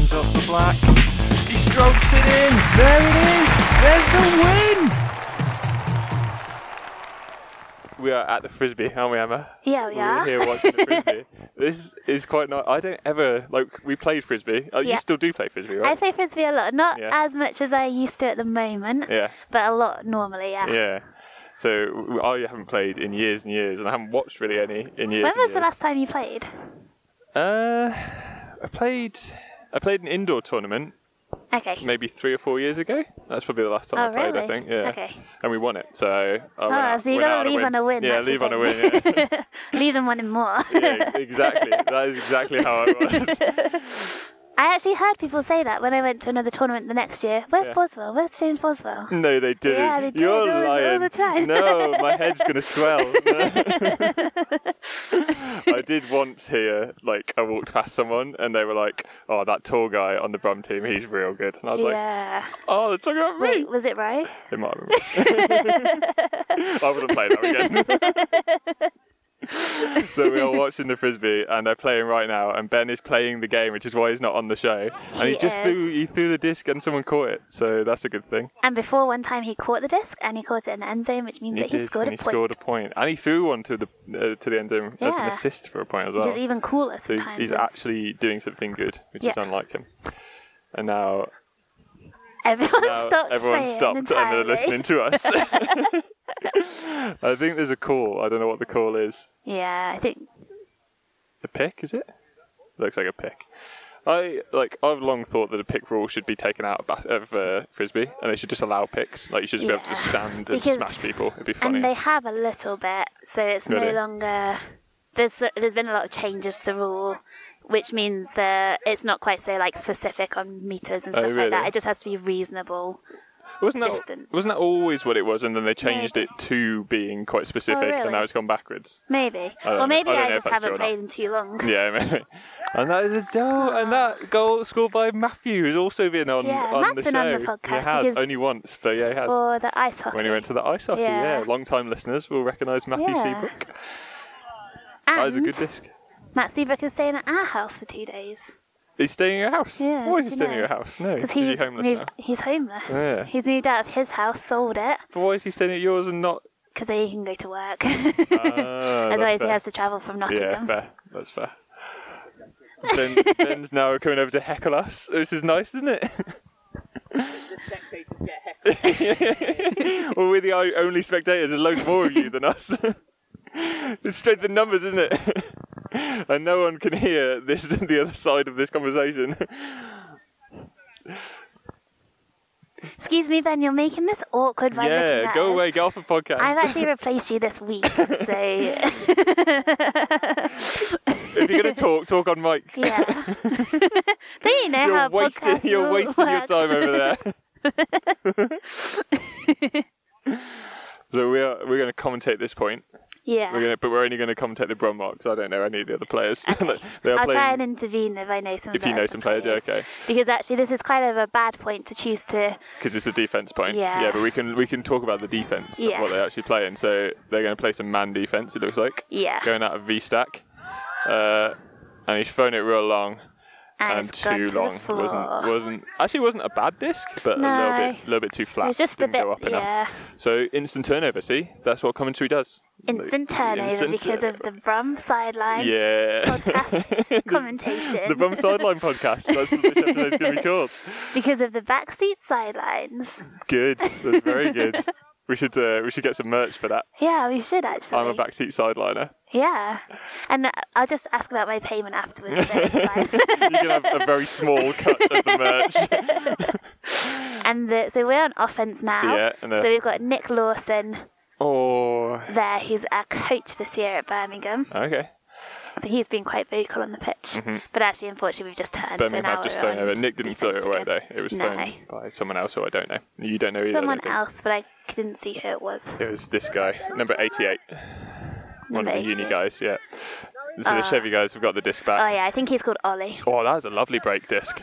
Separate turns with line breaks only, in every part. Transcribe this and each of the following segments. slack. He strokes it in. There it is. There's the win.
We are at the frisbee, aren't we, Emma?
Oh, Yeah, we
We're
are.
here watching the frisbee. this is quite nice. I don't ever like. We played frisbee. Uh,
Yeah.
You still do play frisbee,
I
right?
play frisbee a lot, not
Yeah.
as much as I used to at the moment,
yeah,
but a lot normally. Yeah.
yeah. So w- I haven't played in years and years, and I haven't watched really any in years.
when
and
was the
years.
last time you played?
Uh, I played. I played an indoor tournament
Okay.
maybe three or four years ago. That's probably the last time
Oh,
I played. I
really?
think. Yeah.
Okay.
And we won it. So. I went
oh,
out,
so you
went
gotta
out
leave on a win.
Yeah,
that's the
leave on a win.
thing.
Yeah.
leave them wanting more.
yeah, ex- exactly. That is exactly how I was.
I actually heard people say that when I went to another tournament the next year. Where's
Yeah. Mm,
Boswell? Where's James Boswell?
No, they didn't.
Yeah, they did.
You're
All the- all
lying.
the time.
No, my head's gonna swell. I did once hear like I walked past someone and they were like, "Oh, that tall guy on the Brum team, he's real good." And I was like,
yeah.
"Oh, they're talking about me."
Wait, was it right?
It might have been. I wouldn't play that again. so we are watching the frisbee, and they're playing right now. And Ben is playing the game, which is why he's not on the show. And he,
He
just
is.
threw he threw the disc, and someone caught it. So that's a good thing.
And before one time he caught the disc and he caught it in the end zone, which means that he
did,
scored a
and he
point.
scored a point, and he threw one to the uh, to the end zone as an
Yeah.
assist for a point as well.
Which is even cooler
so he's,
sometimes.
he's
It's-
actually doing something good, which is
Yeah.
unlike him. And now,
everyone
now
stopped
everyone
playing
stopped and
entirely.
they're listening to us. I think there's a call. I don't know what the call is.
Yeah, I think
A pick, is it? Looks like a pick. I like. I've long thought that a pick rule should be taken out of, bas- of uh, frisbee, and they should just allow picks. Like you should just be able to just
Yeah.
stand and
Because-
smash people. It'd be funny.
and they have a little bit, so it's
Do
no
they?
longer there's there's been a lot of changes to the rule, which means that it's not quite so like specific on meters and
Oh,
stuff like
really?
that. It just has to be reasonable.
wasn't that
distance.
wasn't that always what it was, and then they changed it to being quite specific, and
Oh, really?
now it's gone backwards.
Maybe.
don't know.
Or maybe
I don't
I,
know if
just
that's
haven't
true or not.
played in too long.
Yeah, maybe. And that is a goal, and that goal scored by Matthew, who's also been on
Ah. Yeah,
on
Matt's
the
been
show.
on the podcast
He has
because-
only once, but yeah, he has.
Or the ice hockey.
when he went to the ice hockey, yeah,
Yeah.
long-time listeners will recognise Matthew
Yeah.
Seabrook.
and
That is a good disc.
Matt Seabrook is staying at our house for two days
He's staying at your house.
Yeah,
Why
did
is he
you
staying at
know?
your house? No. Is
because
he
he's
homeless
moved.
now? Oh,
He's homeless.
Yeah.
He's moved out of his house, sold it
But why is he staying at yours and not?
because he can go to work.
Ah, that's
Otherwise, he
fair.
has to travel from
Yeah,
Nottingham.
fair. That's fair. Ben, Ben's now coming over to heckle us. This is nice, isn't it? well, we're the o- only spectators. There's loads more of you than us. it's straight to the numbers, isn't it? and no one can hear this the other side of this conversation.
Excuse me, Ben. You're making this awkward by looking
yeah,
at
go
us.
away, get off the podcast.
I've actually replaced you this week, so
if you're going to talk, talk on mic.
yeah. Don't you know
You're
how
wasting,
podcasts
you're
will
wasting your
work?
time over there. so we are we're going to commentate this point.
Yeah.
We're going to, but we're only going to commentate the Bromlock because I don't know any of the other players. they are
I'll
playing.
try and intervene if I know some.
if you
better
know some players, yeah, okay,
Because actually, this is kind of a bad point to choose to.
because it's a defense point.
Yeah.
but we can we can talk about the defense of
Yeah.
what they're actually playing. So they're going to play some man defense. It looks like
Yeah.
going out of V stack, uh, and he's thrown it real long.
And,
and
it's gone
too
to the
long. It wasn't
floor.
wasn't actually wasn't a bad disc, but a little
No.
bit little bit too flat.
was just a
Didn't go
bit-
up enough.
yeah.
So instant turnover. See, that's what commentary does.
Instant
Like,
turnover
instant
because of
turnover.
the Brum sidelines
yeah.
podcast commentation.
The Bum Sideline podcast. That's what this episode's going to be called.
because of the backseat sidelines.
Good. That's very good. We should uh, we should get some merch for that.
Yeah, we should actually.
I'm a backseat sideliner.
Yeah, and I'll just ask about my payment afterwards. so it's fine.
You can have a very small cut of the merch.
and the, so we're on offense now.
Yeah, and the-
so we've got Nick Lawson
Oh,
there, who's our coach this year at Birmingham.
okay.
So he's been quite vocal on the pitch. But actually, unfortunately, we've just turned.
Mm-hmm. Birmingham
so now
had just
we're
thrown
on
over. Nick didn't throw it
defence
away
again.
though. It was
No.
thrown by someone else who I don't know. You don't know either. I
Someone
don't think.
else, but I didn't see who it was.
It was this guy, number 88, one
Number
of the uni
88.
guys, yeah. So the Chevy guys have got the disc back.
Uh, Oh yeah, I think he's called Ollie.
Oh, that was a lovely break disc.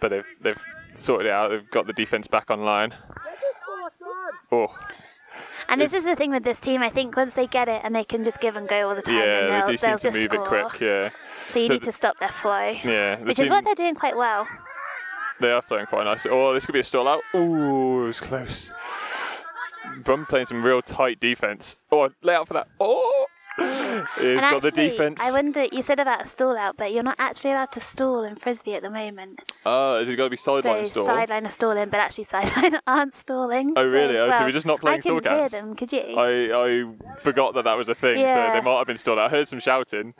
But they've, they've sorted it out, they've got the defence back online. Oh,
And this
It's-
is the thing with this team. I think once they get it and they can just give and go all the time, and
yeah,
they'll,
they do seem
they'll
to
just
move
score.
it quick. Yeah,
So you
So
need
the-
to stop their flow,
yeah. The
which
team,
is what they're doing quite well.
they are playing quite nicely. Oh, this could be a stall out. Ooh, it was close. Brum playing some real tight defense. Oh, lay out for that. Oh, he's
and
got
actually,
the defense.
I wonder. You said about a stall out, but you're not actually allowed to stall in frisbee at the moment.
Oh, is it got to be sideline
so
stall?
sideline are stalling, but actually sideline aren't stalling.
Oh,
so-
really? Oh, so
well,
we're just not playing
I couldn't
stall
hear
counts?
them. Could you?
I, I forgot that that was a thing,
Yeah.
so they might have been stalled. out. I heard some shouting.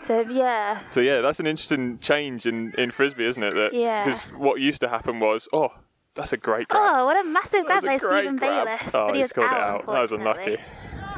So yeah,
So yeah, that's an interesting change in, in frisbee, isn't it? That
Yeah.
Because what used to happen was, oh, that's a great grab.
Oh, what a massive
that
grab
was a
by
great
Stephen
grab.
Bayless.
Oh,
but he was
scored
out,
it out. That was
unfortunately.
unlucky.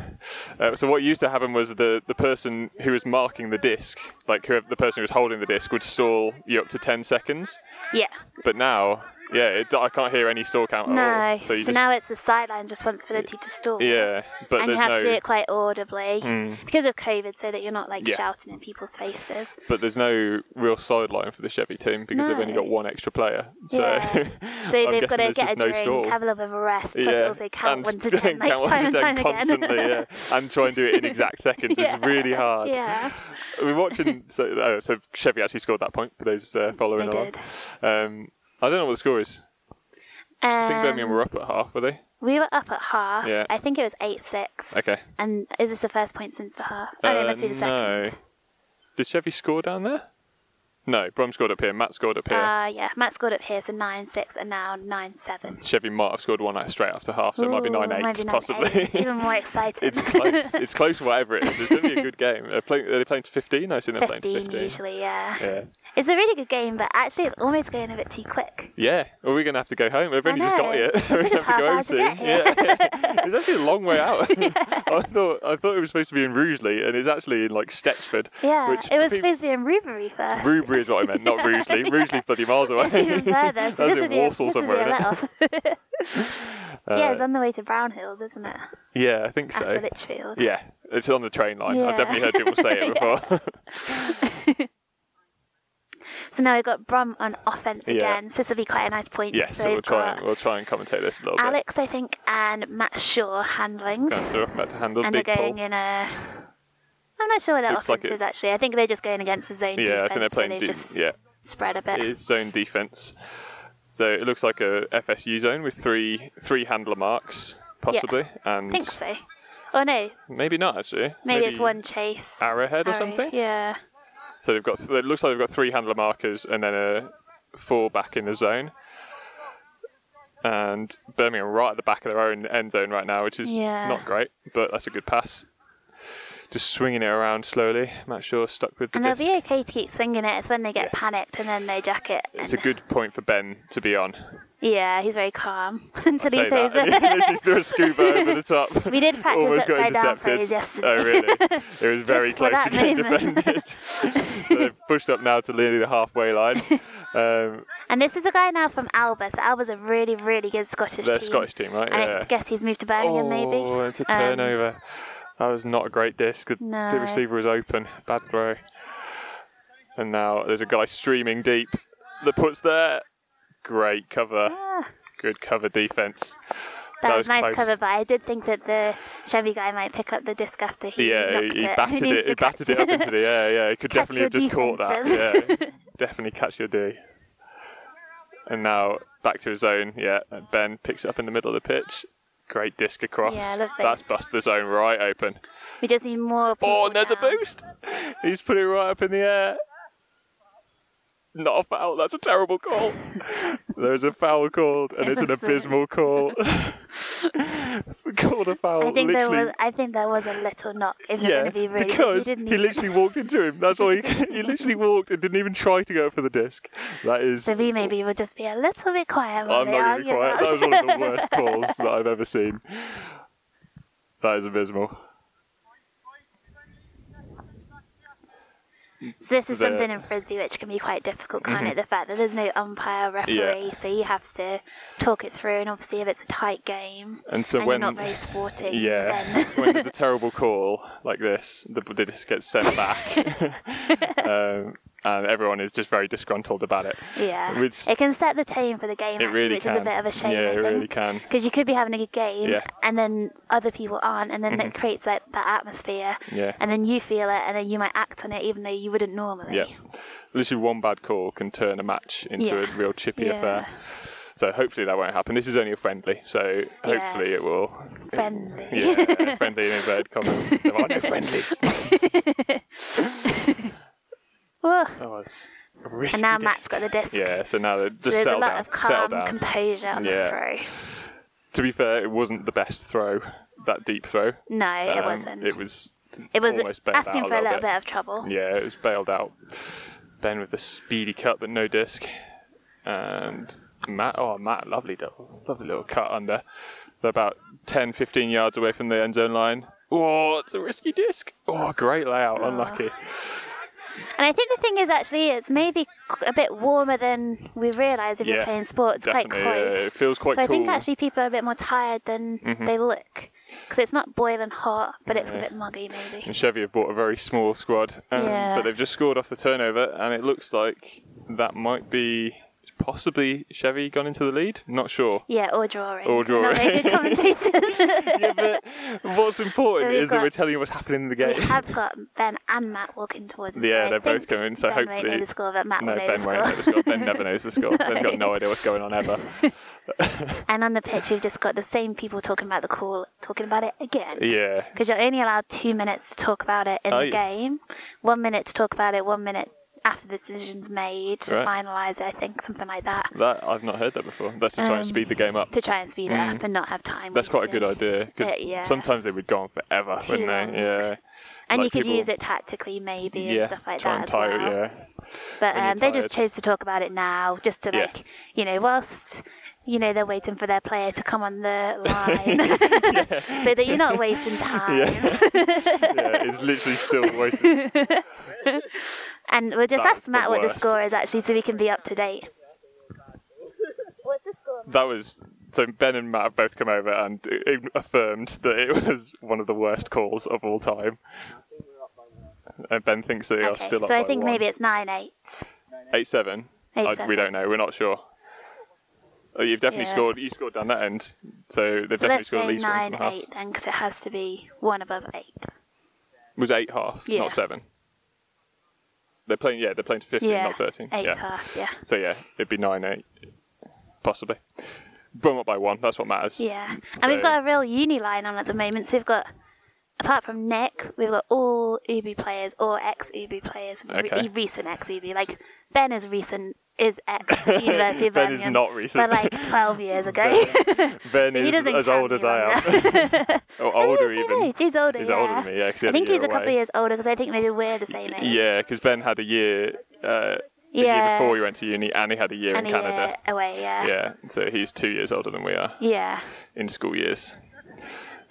Uh, so what used to happen was the, the person who was marking the disc, like whoever, the person who was holding the disc, would stall you up to ten seconds.
Yeah.
But now, yeah, it, I can't hear any stall count at
No.
all.
So,
Oh, you just,
now it's the sideline's responsibility to stall.
yeah, but
and you
there's
have
no Hmm.
to do it quite audibly because of COVID, so that you're not like
Yeah.
shouting in people's faces.
but there's no real sideline for the Chevy team because they've only
No.
got one extra player. So,
Yeah. So
I'm
they've got
guessing
to
there's
get a
just no
drink,
stall.
have a little bit of a rest, plus
yeah,
also count one to
st-
ten, like
count one
time and
to
time
10
again.
constantly, yeah, and try and do it in exact seconds. It's really hard.
yeah.
I mean, watching so, oh, so Chevy actually scored that point for those uh, following
They
along.
did.
Um, I don't know what the score is. I think Birmingham
Um,
were up at half, were they?
we were up at half.
Yeah.
I think it was eight six.
Okay.
And is this the first point since the half? Oh, no,
Uh,
it must be the
no.
second.
Did Chevy score down there? No, Brom scored up here. Matt scored up here.
Uh, yeah, Matt scored up here, so 9 6 and now 9 7.
Chevy might have scored one out straight after half, so it might be
Ooh,
nine eight,
might be 9-8.
possibly.
Even more excited.
It's close. it's close. Whatever it is, it's going to be a good game. Are, play, are they playing to fifteen? I assume they're
15,
playing to fifteen.
usually, yeah.
Yeah.
It's a really good game, but actually, it's almost going a bit too quick.
Yeah. Well, we're going to have to go home. We've
I
only just got
know.
here.
It took us
we're going to have to
half
go home
hour to
soon.
get here.
Yeah. it's actually a long way out. I thought I thought it was supposed to be in Rugeley, and it's actually in like Stetsford.
Yeah,
Which
it was
for people-
supposed to be in Rubery first.
Rubery is what I meant, not Rugeley. Rugeley's bloody miles away.
It's even further, so
That's
this
in
would be, a-
Walsall
this would be
somewhere.
a
isn't it?
let off. yeah, it's on the way to Brown Hills, isn't it?
Yeah, I think so.
After Litchfield.
Yeah, it's on the train line. I've
Yeah.
definitely heard people say it
Yeah.
before.
So now we've got Brum on offence
Yeah.
again, so this will be quite a nice point.
yes,
so
so we'll
we've
try.
got
And, we'll try and commentate this a little
Alex, I think, and Matt Shaw handling.
bit. Going to- About to handle
and
big
they're going
Paul.
in a. I'm not sure what that
Looks
offense
like it-
is actually. I think they're just going against the zone
Yeah,
defense,
I think they're playing
so they
de-
just
yeah.
spread a bit.
It is zone defense. So it looks like a FSU zone with three three handler marks, possibly, and
I think so. Oh no, maybe,
maybe not actually.
it's one chase.
arrowhead or
Arrow-
something?
Yeah,
So they've got. Th- it looks like they've got three handler markers and then a four back in the zone. And Birmingham right at the back of their own end zone right now, which is
Yeah.
not great, but that's a good pass. Just swinging it around slowly. Matt Shaw stuck with the
and
disc.
they'll be okay to keep swinging it. It's when they get
Yeah.
panicked and then they jack it.
It's a
and-
good point for Ben to be on.
yeah, he's very calm until he
Say
throws
that. and he
it.
literally threw a scuba over the top.
We did practice
Almost got
upside down
intercepted.
phrase yesterday.
Oh, really? It was very
Just for
close
that
to getting
moment.
defended. so they've pushed up now to nearly the halfway line. Um,
And this is a guy now from Alba. So Alba's a really, really good Scottish
they're
team.
Scottish team, right?
And
yeah.
I guess he's moved to Birmingham,
Oh,
maybe.
it's a
Um,
turnover. that was not a great disc. The, the
No.
receiver was open. Bad throw. And now there's a guy streaming deep. The puts there. Great cover.
Ah.
Good cover defense.
That, was,
That was
nice
close.
cover, but I did think that the Chevy guy might pick up the disc after he
Yeah,
knocked
he, he
it.
batted
needs
it.
to
He batted
catch
it up into the air. Yeah, he could
Catch
definitely have just
your
caught that.
defences.
Yeah, definitely catch your D. And now back to his own. Yeah, Ben picks it up in the middle of the pitch. Great disc across.
Yeah, lovely.
That's busted the zone right open.
we just need more. People
Oh, and there's a
now.
boost. He's put it right up in the air. Not a foul. That's a terrible call. there's a foul called, and
It
it's an
was, uh,
abysmal call. called a foul.
I think there
literally.
was. I think there was a little knock. If you're
yeah,
going to be really,
because
he didn't
he
even-
literally walked into him. That's all he. he literally walked and didn't even try to go for the disc. That is.
So we maybe would just be a little bit quiet. while
I'm
they
not going to be
argue
quiet.
about
That was one of the worst calls that I've ever seen. That is abysmal.
So this is
the- Mm-hmm.
something in frisbee which can be quite difficult, can't it? The fact that there's no umpire referee, so you have to talk it through. And obviously, if it's a tight game
And so
and
when
you're not very sporting,
Yeah,
then
when there's a terrible call like this, the, the disc gets sent back. um, and everyone is just very disgruntled about it.
Yeah,
Which-
it can set the tone for the game,
It
actually,
really
which
can.
is a bit of a shame.
Yeah,
I
it really
think.
can.
Because you could be having a good game,
Yeah. Mm-hmm.
and then other people aren't, and then it creates like that atmosphere.
Yeah.
And then you feel it, and then you might act on it, even though you wouldn't normally.
Yeah. Literally one bad call can turn a match into
Yeah.
a real chippy
Yeah.
affair. So hopefully that won't happen. This is only a friendly, so hopefully
Yes.
it will.
Friendly.
Yeah, friendly in inverted commas. There are no friendlies.
Whoa.
That was a risky.
And now
disc.
Matt's got the disc.
Yeah, so now they just
So there's
settle
a lot
down.
of
settle
calm
down.
composure on
Yeah.
the throw.
to be fair, it wasn't the best throw, that deep throw.
No, it
Um,
wasn't.
It was.
It was
almost bailed
asking
out
for a little bit. of trouble.
Yeah, it was bailed out. Ben with the speedy cut, but no disc. And Matt, oh, Matt, lovely, double, lovely little cut under. They're about 10, 15 yards away from the end zone line. Oh, it's a risky disc. Oh, great layout. Unlucky.
And I think the thing is, actually, it's maybe c- a bit warmer than we realise if
Yeah,
you're playing sports. Quite
definitely, yeah,
close.
it feels quite
So I think
cool. Mm-hmm.
actually people are a bit more tired than they look because it's not boiling hot, but it's a bit muggy maybe.
And Chevy have bought a very small squad, um,
Yeah.
but they've just scored off the turnover, and it looks like that might be possibly Chevy gone into the lead. Not sure.
Yeah, or drawing.
Or drawing.
Not very good commentators.
yeah, but what's
So
important
we've
is that
got-
we're telling you what's happening in the
we
game.
have got Ben and Matt walking towards us.
Yeah,
so I
they're both
think
going, so
ben
hopefully-
won't know the score, but Matt
No,
will know
Ben
the
won't know the
score.
score. Ben never knows the score. Ben's got no idea what's going on ever.
and on the pitch, we've just got the same people talking about the call, talking about it again.
Yeah.
because you're only allowed two minutes to talk about it in
Are
the
you?
game. One minute to talk about it, one minute after the decision's made to
Right.
finalise it, I think, something like that,
That I've not heard that before. That's to try and
Um,
speed the game up.
to try and speed it up and not have time.
Mm. That's quite a
wasted.
good idea because
Uh, yeah.
sometimes they would go on forever,
Too
wouldn't
long.
they? Yeah.
And
Like
you could
people-
use it tactically, maybe,
yeah.
and stuff like
try
that
and
as
tire,
well.
Yeah.
But
when you're
um, they just
tired.
chose to talk about it now, just to
Yeah.
like, you know, whilst. You know they're waiting for their player to come on the line, so that you're not wasting time.
Yeah. yeah. It's literally still wasted
And we'll just
That's
ask Matt
the
what the
worst.
score is actually, so we can be up to date.
That was so. Ben and Matt have both come over and i- i- affirmed that it was one of the worst calls of all time. And Ben thinks that they are
okay,
still up
so I
by
think
one.
maybe it's nine eight.
eight seven.
Eight
I- we
seven.
don't know. We're not sure. Oh, you've definitely
Yeah.
scored. You scored down that end, so they've
So
definitely
let's
scored at
say
least one
nine,
and a half.
eight then, because it has to be one above eight.
Was eight half,
Yeah.
not seven. They're playing. Yeah, they're playing to fifteen,
Yeah,
not thirteen.
eight
yeah.
half. Yeah,
So yeah, it'd be nine eight, possibly. Brum up by one. That's what matters.
yeah. And
So-
we've got a real uni line on at the moment. So we've got, apart from Nick, we've got all Ubi players or ex Ubi players, re-
Okay.
recent ex Ubi. Like Ben is recent, is ex University of
Ben is
Birmingham,
not recent.
but like twelve years ago.
Ben
he
is
doesn't
as
count
old as
any
I am.
longer.
or older
Same
even.
age. He's older.
He's
yeah.
older than me, yeah, 'cause he
I
had a
think he's
year
a couple
away.
of years older because I think maybe we're the same age.
Yeah, because Ben had a year, uh, the year
Yeah.
before we went to uni, and he had a year
and
in
a
Canada.
year away. Yeah.
Yeah, so he's two years older than we are
Yeah.
in school years.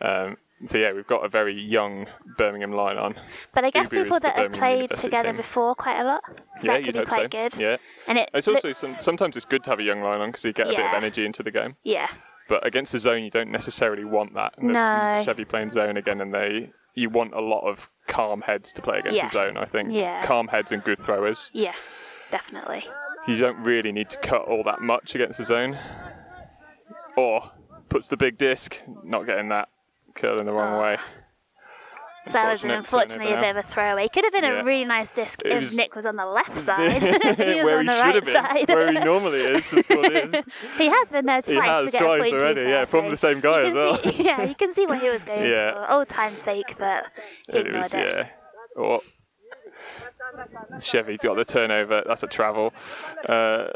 Um, so yeah, we've got a very young Birmingham line on.
But I guess
Ubi was
people
the
that have
Birmingham
played
University
together
team.
before quite a lot, so
yeah,
that could
you'd
be
hope
quite
so.
good.
Yeah,
And it
it's also
looks-
some, sometimes it's good to have a young line on because you get a bit
Yeah.
of energy into the game.
Yeah.
But against the zone, you don't necessarily want that. The-
No.
Chevy playing zone again, and they you want a lot of calm heads to play against
Yeah.
the zone. I think
Yeah.
calm heads and good throwers.
Yeah. Definitely.
you don't really need to cut all that much against the zone. Or puts the big disc, not getting that, curling the
Ah.
wrong way.
So that was an
Unfortunate
unfortunately a
turnover
bit of a throwaway. Could have been
Yeah.
a really nice disc
It
if
was-
Nick was on the left side. he was
where
on
he
the
should
right
have been,
side.
where he normally is. to score this.
he has been there twice.
He has
to get
twice
a point
already,
in
yeah,
there,
from
so
the same guy
you
as
can
well.
see- yeah, you can see what he was going
Yeah.
for. Old time's sake, but
it
ignored
was,
it.
yeah. Or Chevy's got the turnover. That's a travel. Uh,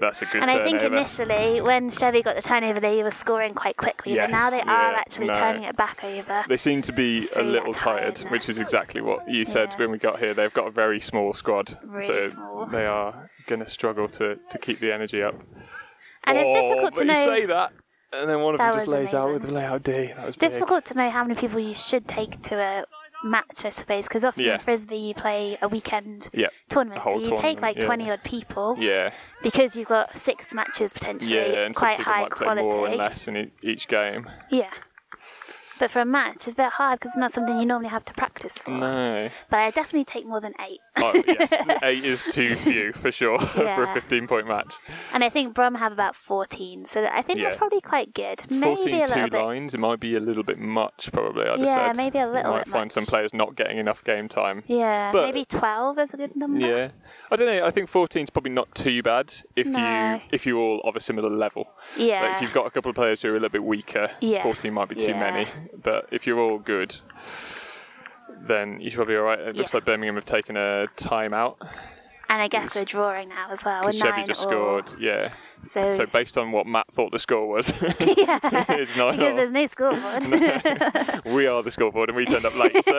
that's a good
And I
turnover.
think initially, when Chevy got the turnover, they were scoring quite quickly,
Yes,
but now they
yeah,
are actually
no.
turning it back over.
they seem to be a
Feel
little
that
tired, which is
tiredness.
exactly what you said
Yeah.
when we got here. They've got a very small squad,
Really
so
small.
they are going to struggle to, to keep the energy up.
And it's difficult
Oh, but
to
you
know.
say that, and then one of
That
them just
was
lays out with
amazing.
the layout D. That was big.
difficult to know how many people you should take to a match, I suppose, because often
Yeah.
in frisbee you play a weekend
Yeah.
tournament,
A
so
whole
you take
tournament,
like
yeah.
twenty odd people
Yeah,
because you've got six matches potentially,
yeah, and some
quite
people
high
might play more and
quality.
less in e- each game.
Yeah, But for a match, it's a bit hard because it's not something you normally have to practice for.
No.
But I definitely take more than eight.
Oh, yes, eight is too few for sure for a
Yeah.
15 point match.
And I think Brum have about 14, so that, I think that's
Yeah.
probably quite good. maybe
14
a
two
little bit.
lines, it might be a little bit much, probably. I'd have
Yeah,
said.
maybe a
You
little
might
bit
find some
much.
players not getting enough game time.
Yeah,
But-
maybe 12 is a good number.
Yeah, I don't know. I think 14 is probably not too bad if
No.
you if you all of a similar level.
Yeah.
Like if you've got a couple of players who are a little bit weaker,
Yeah.
14 might be too
Yeah.
many. But if you're all good, then you should probably be all right. It looks
Yeah.
like Birmingham have taken a timeout.
And I guess we're drawing now as well. We're
'cause Chevy
Oh, nine
just
all.
scored. Yeah.
So,
So based on what Matt thought the score was,
yeah,
it's nine
because
all.
there's no scoreboard.
we are the scoreboard and we turned up late, so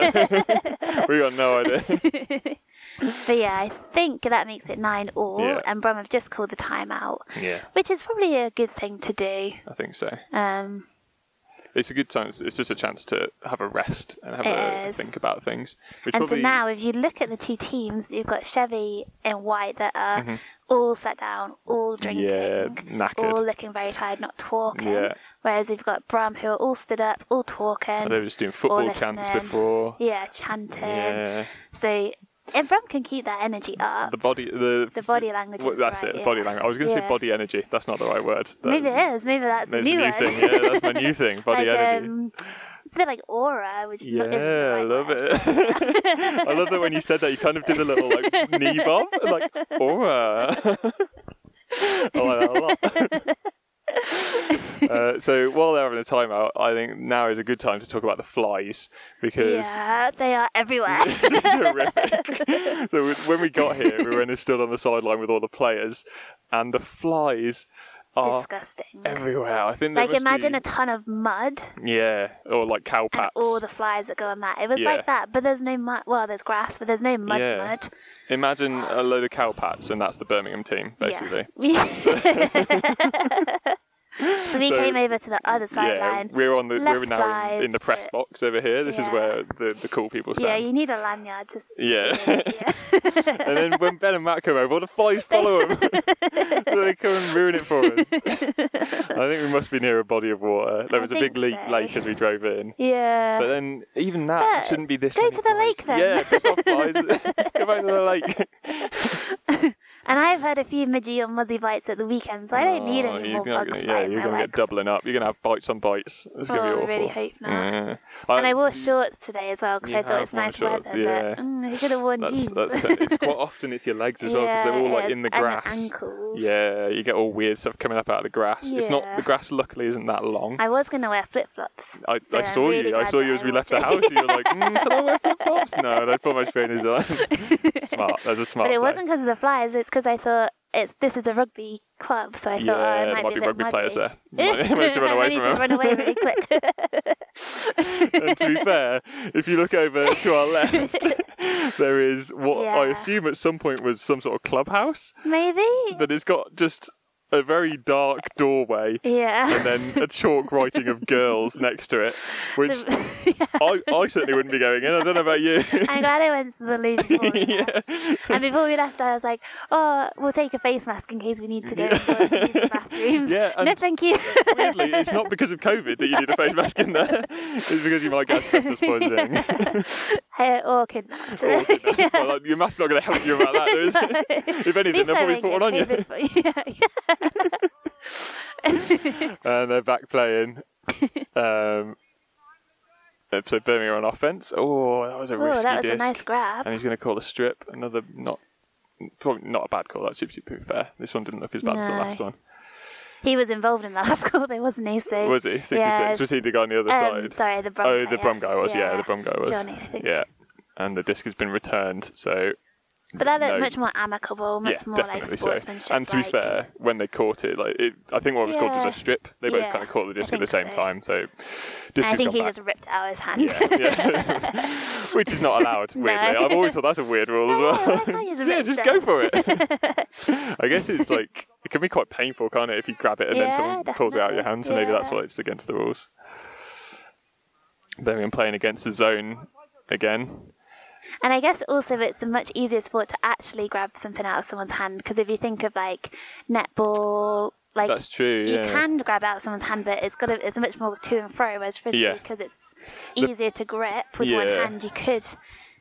we got no idea.
But yeah, I think that makes it nine all,
Yeah.
and Brum have just called the timeout,
Yeah,
which is probably a good thing to do.
I think so.
Um,
It's a good time. It's just a chance to have a rest and have
It
a
is.
think about things. Which
and
probably,
so now, if you look at the two teams, you've got Chevy and White that are
Mm-hmm.
all sat down, all drinking,
knackered.
all looking very tired, not talking.
Yeah.
Whereas you've got Brum who are all stood up, all
they were
talking,
just doing
all
football
listening.
chants before.
Yeah, chanting.
Yeah.
So, and Brum can keep that energy up.
The body, the,
The body language
Well,
is
that's
right,
it.
yeah.
Body language. I was going to say
Yeah.
body energy. That's not the right word. That-
maybe it is. Maybe that's
There's
new,
a new
word.
thing. Yeah, that's my new thing. Body
like,
energy.
Um, it's a bit like aura, which
yeah,
isn't the
I
right
love
word.
it. I love that when you said that, you kind of did a little like knee bob, like aura. I like that a lot. Uh, so while they're having a timeout, I think now is a good time to talk about the flies because
Yeah, they are everywhere.
It's horrific. so we- when we got here, we were in- stood on the sideline with all the players, and the flies are
Disgusting.
everywhere. I think they
Like
must
imagine
be,
a ton of mud
yeah, or like
and
cowpats.
all the flies that go on that. It was
Yeah.
like that, but there's no mud. Well, there's grass, but there's no mud.
Yeah.
Mud.
Imagine a load of cowpats, and that's the Birmingham team basically.
Yeah. so we
So-
came over to the other sideline.
we're on the we're
Less
now in, in
flies,
the press
but-
box over here. This is
Yeah.
where the, the cool people
Yeah,
stand.
you need a lanyard to.
Yeah. and then when Ben and Matt come over, all the flies follow them. they come and ruin it for us. I think we must be near a body of water. There
I
was a
think
big leak
so.
lake as we drove in.
Yeah.
But then even that there
But
shouldn't be this.
go
many
to the lake
flies.
then.
Yeah, piss off flies. go back to the lake.
and I've had a few midgy or muzzy bites at the weekend, so I don't need
Oh,
any
you're
more
gonna-
bugs
yeah,
biting
you're
my
gonna get
legs.
doubling up. You're gonna have bites on bites. It's gonna
Oh,
be
I
awful.
really hope not.
Yeah.
And I wore shorts today as well because
You
I thought
have
it's
worn
nice
shorts,
weather.
yeah.
But mm, I should have worn
That's,
jeans.
that's it's quite often it's your legs as well because they're all
Yeah,
like
it
in the
is. And the
grass.
ankles.
Yeah, you get all weird stuff coming up out of the grass. It's not
Yeah.
the grass. Luckily, isn't that long. I,
I was going to wear flip flops.
I, saw you. I saw you as we left the house. You were like, mm, "Should I wear flip flops?" No, and I put my trainers on. smart. That's a smart.
But it
play.
wasn't because of the flies. It's because I thought it's this is a rugby club, so I
Yeah,
thought oh, it
there
might,
might
be, a
be
bit
rugby players
muddy.
there. Might might need to run
I
away
need
from
to
them.
run away really quick.
And to be fair, if you look over to our left, there is what I
Yeah.
assume at some point was some sort of clubhouse,
Maybe.
but it's got just a very dark doorway
yeah.
and then a chalk writing of girls next to it, which I, I certainly wouldn't be going in. I don't know about you.
I'm glad I went to the ladies' corner. And before we left, I was like, "Oh, we'll take a face mask in case we need to go and use the bathrooms."
Yeah,
no,
and-
thank you.
Weirdly, it's not because of COVID that you need a face mask in there. It's because you might get asbestos poisoning.
Uh, or kidnapped.
Or kidnapped. Well, like, your mask's not going to help you about that, though, is it? If anything, they'll probably put one on you. And they're back playing. Um, so Birmingham on offence. Oh, that was a
Oh,
risky
that was
disc.
a nice
and
grab.
he's going to call a strip. Another not probably not a bad call. That's to be fair. This one didn't look as bad as the
No.
last one.
He was involved in the last goal, though, wasn't he? So,
Was he sixty-six?
Yeah,
Was he the guy on the other
um,
side?
sorry, the Brum
oh,
guy,
the Brum guy was. Yeah. the Brum guy was.
Johnny, I think.
Yeah, and the disc has been returned. So
But that looked
No.
much more amicable, much
yeah,
more like
definitely
sportsmanship.
so. And to be
like-
fair, when they caught it, like it, I think what was caught
Yeah.
was a strip. They both
Yeah,
kind of caught the
I
disc at the
think
same
so.
time. So disc
I
has
think
gone
he
back.
just ripped out his hand.
yeah, yeah. which is not allowed. Weirdly, I've always thought that's a weird rule as well.
I can't use a
yeah,
wrist
just
then.
go for it. I guess it's like it can be quite painful, can't it, if you grab it and then
Yeah,
someone pulls it out of your
definitely.
hand? So maybe that's
Yeah.
why it's against the rules. Birmingham playing against the zone again.
And I guess also it's a much easier sport to actually grab something out of someone's hand because if you think of like netball, Like
That's true,
You
yeah.
can grab out someone's hand, but it's got a, it's much more to and fro. Whereas frisbee,
Yeah.
because it's easier to grip with one
Yeah.
hand, you could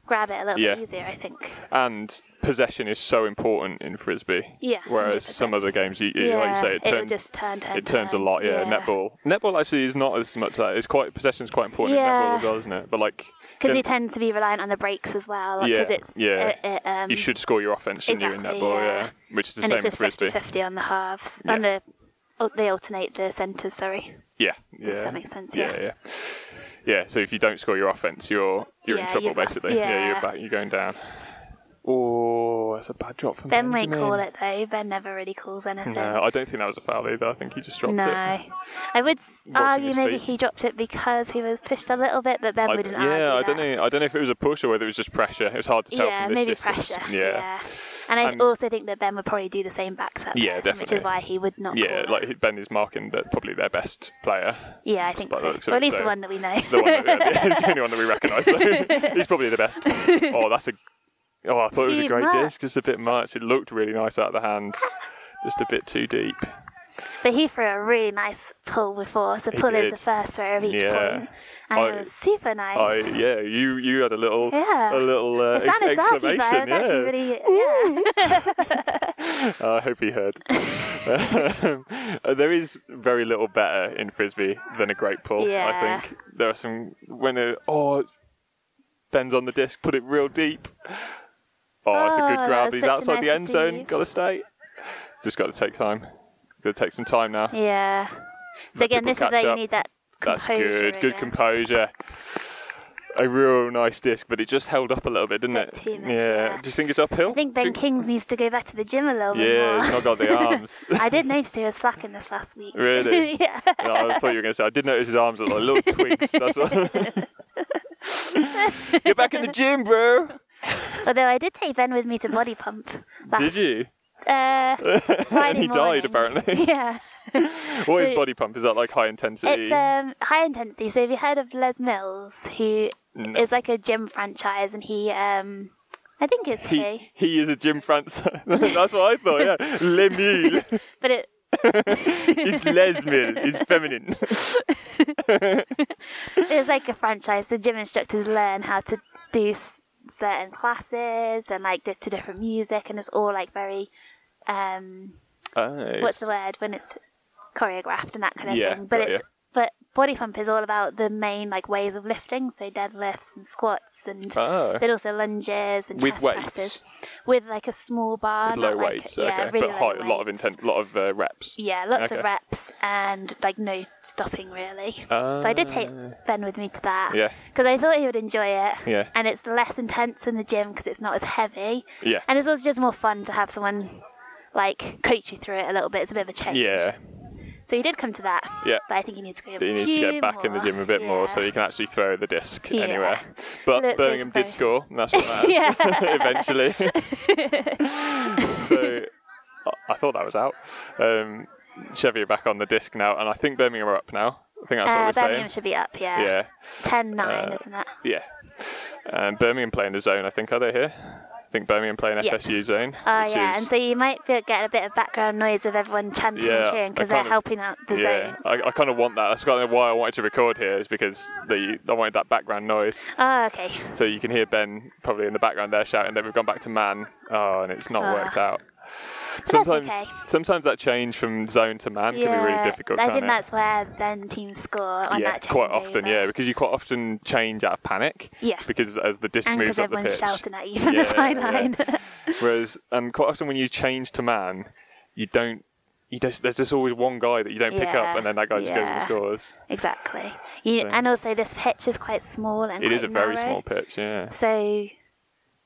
grab it a little
Yeah.
bit easier. I think.
and possession is so important in frisbee.
Yeah,
Whereas
100%.
some other games, you, you- like you say, it
it'll
turns
just turn, turn,
it turns a
turn.
lot. Yeah, netball. Netball actually is not as much that. It's quite possession's quite important in
Yeah.
netball as well, isn't it? But like,
because
gen-
you tend to be reliant on the breaks as well.
Yeah,
because it's
yeah.
It, it, um,
you should score your offense, shouldn't you, in
exactly,
netball? Yeah.
yeah.
which is the
and
same
it's just
with frisbee.
50-50 on the halves and
Yeah.
the oh, they alternate the centres. Sorry,
Yeah, yeah.
that makes sense,
yeah,
yeah.
yeah. Yeah, So if you don't score your offense, you're you're in
Yeah,
trouble
you've lost-
basically. Yeah. you're
yeah.
back. You're going down. Oh, that's a bad drop from
Ben won't
Benjamin.
call it though. Ben never really calls anything.
No, I don't think that was a foul either. I think he just dropped
No,
it.
I would s- argue
his
maybe
feet.
he dropped it because he was pushed a little bit, but Ben
I,
wouldn't argue.
yeah, I don't
that.
know. I don't know if it was a push or whether it was just pressure. It was hard to tell
Yeah,
from this
maybe
distance.
pressure.
Yeah.
Yeah. and I
And-
also think that Ben would probably do the same back to that
Yeah,
person, which
definitely.
is why he would not. call
Yeah,
it.
like Ben is marking that probably their best player.
yeah, I think
by the
so.
looks of
Or
it,
at least
so-
the one that we know.
The one that, yeah, it's the only one that we recognise. though. He's probably the best. Oh, that's a. Oh, I thought it was a
Too
great
much.
disc. Just a bit much. It looked really nice out of the hand. Just a bit too deep.
But he threw a really nice pull before. So pull
did.
is the first throw of each
Yeah.
point, and
I-
it was super
I
nice.
yeah. You you had a little
Yeah.
a little uh,
it sounded
ex-
sarky,
exclamation.
but I was
yeah.
actually really yeah.
I hope he heard. Uh, there is very little better in frisbee than a great pull. I
Yeah.
think there are some when a oh bends on the disc, put it real deep. Oh, that's a
Oh,
good
that
grab.
was
He's
such a
outside
nice
the end zone.
receive.
Got to stay. Just got to take time. Got to take some time now.
Yeah. So
Let
again,
people
this is
catch
where you
up.
need that
That's
composure.
good. Good
again.
composure. A real nice disc, but it just held up a little bit, didn't
Bit
it?
too much, yeah.
Do you think it's uphill?
I think Ben Kings needs to go back to the gym a little
Yeah, it's
bit more.
not got the arms.
I did notice he was slacking this last week.
Really?
yeah.
No, I thought you were going to say. I did notice his arms looked like little twigs. That's what. Get back in the gym, bro.
Although I did take Ben with me to body pump. Last,
Did you?
Uh,
and
Friday
he
morning.
died apparently.
yeah.
What is
So-
body pump? Is that like high intensity?
It's um, high intensity. So have you heard of Les Mills, who is
No.
like a gym franchise, and he, um, I think it's he,
he, he is a gym France. That's what I thought. Yeah, Lemil.
but it
He's Lesmil. He's feminine.
it's like a franchise. The gym instructors learn how to do s- certain classes and like di- to different music, and it's all like very, um,
Ah,
what's the word when it's t- choreographed and that kind of
Yeah,
thing. But
got
it's
ya.
but body pump is all about the main like ways of lifting, so deadlifts and squats and
Oh.
then also lunges and
With
chest
weights?
presses with like a small bar,
Low
not like-
weights,
yeah,
okay,
really
but
low
high, a lot of
weights.
intent, lot of uh, reps.
Yeah, lots
Okay.
of reps and like no stopping really. so I did take Ben with me to that.
Ah. Yeah.
Because I thought he would enjoy it.
Yeah.
And it's less intense in the gym because it's not as heavy.
Yeah.
And it's also just more fun to have someone like coach you through it a little bit. It's a bit of a change.
Yeah,
So he did come to that.
Yeah.
But I think he needs to go.
But he needs to get back in the gym a bit more so
he
he can actually throw the disc
Yeah.
anywhere. But
Let's see if
Birmingham
they-
did score, and that's what matters
Yeah.
eventually. so I- I thought that was out. Um, Chevy are back on the disc now, and I think Birmingham are up now. I think that's
Uh,
what we're
Birmingham
saying.
should be up. Yeah.
Yeah,
Ten nine,
Uh,
isn't it?
yeah. Um, Birmingham playing the zone, I think, are they here? I think Birmingham playing
Yeah.
FSU zone.
Oh
which
yeah,
is,
and so you might be, get a bit of background noise of everyone chanting
Yeah,
and cheering
I
because they're
kind of-
helping out the
yeah,
zone.
I, I kind of want that. That's kind of why I wanted to record here, is because the I wanted that background noise.
Oh okay.
So you can hear Ben probably in the background there shouting that we've gone back to man. Oh, and it's not
Ah.
worked out. Sometimes,
okay.
sometimes that change from zone to man can be really difficult.
I
can't
think
it?
that's where then teams score on
yeah,
that change.
quite often, yeah, because you quite often change out of panic.
Yeah.
Because as the disc
And
moves
because
up the
everyone's
pitch,
shouting at you from
Yeah,
the sideline.
whereas and quite often when you change to man, you don't. You just, there's just always one guy that you don't pick up,
Yeah,
and then that guy just goes and
yeah.
scores.
exactly. You,
So-
And also, this pitch is quite small and
It is a
quite
very
narrow.
small pitch, yeah.
So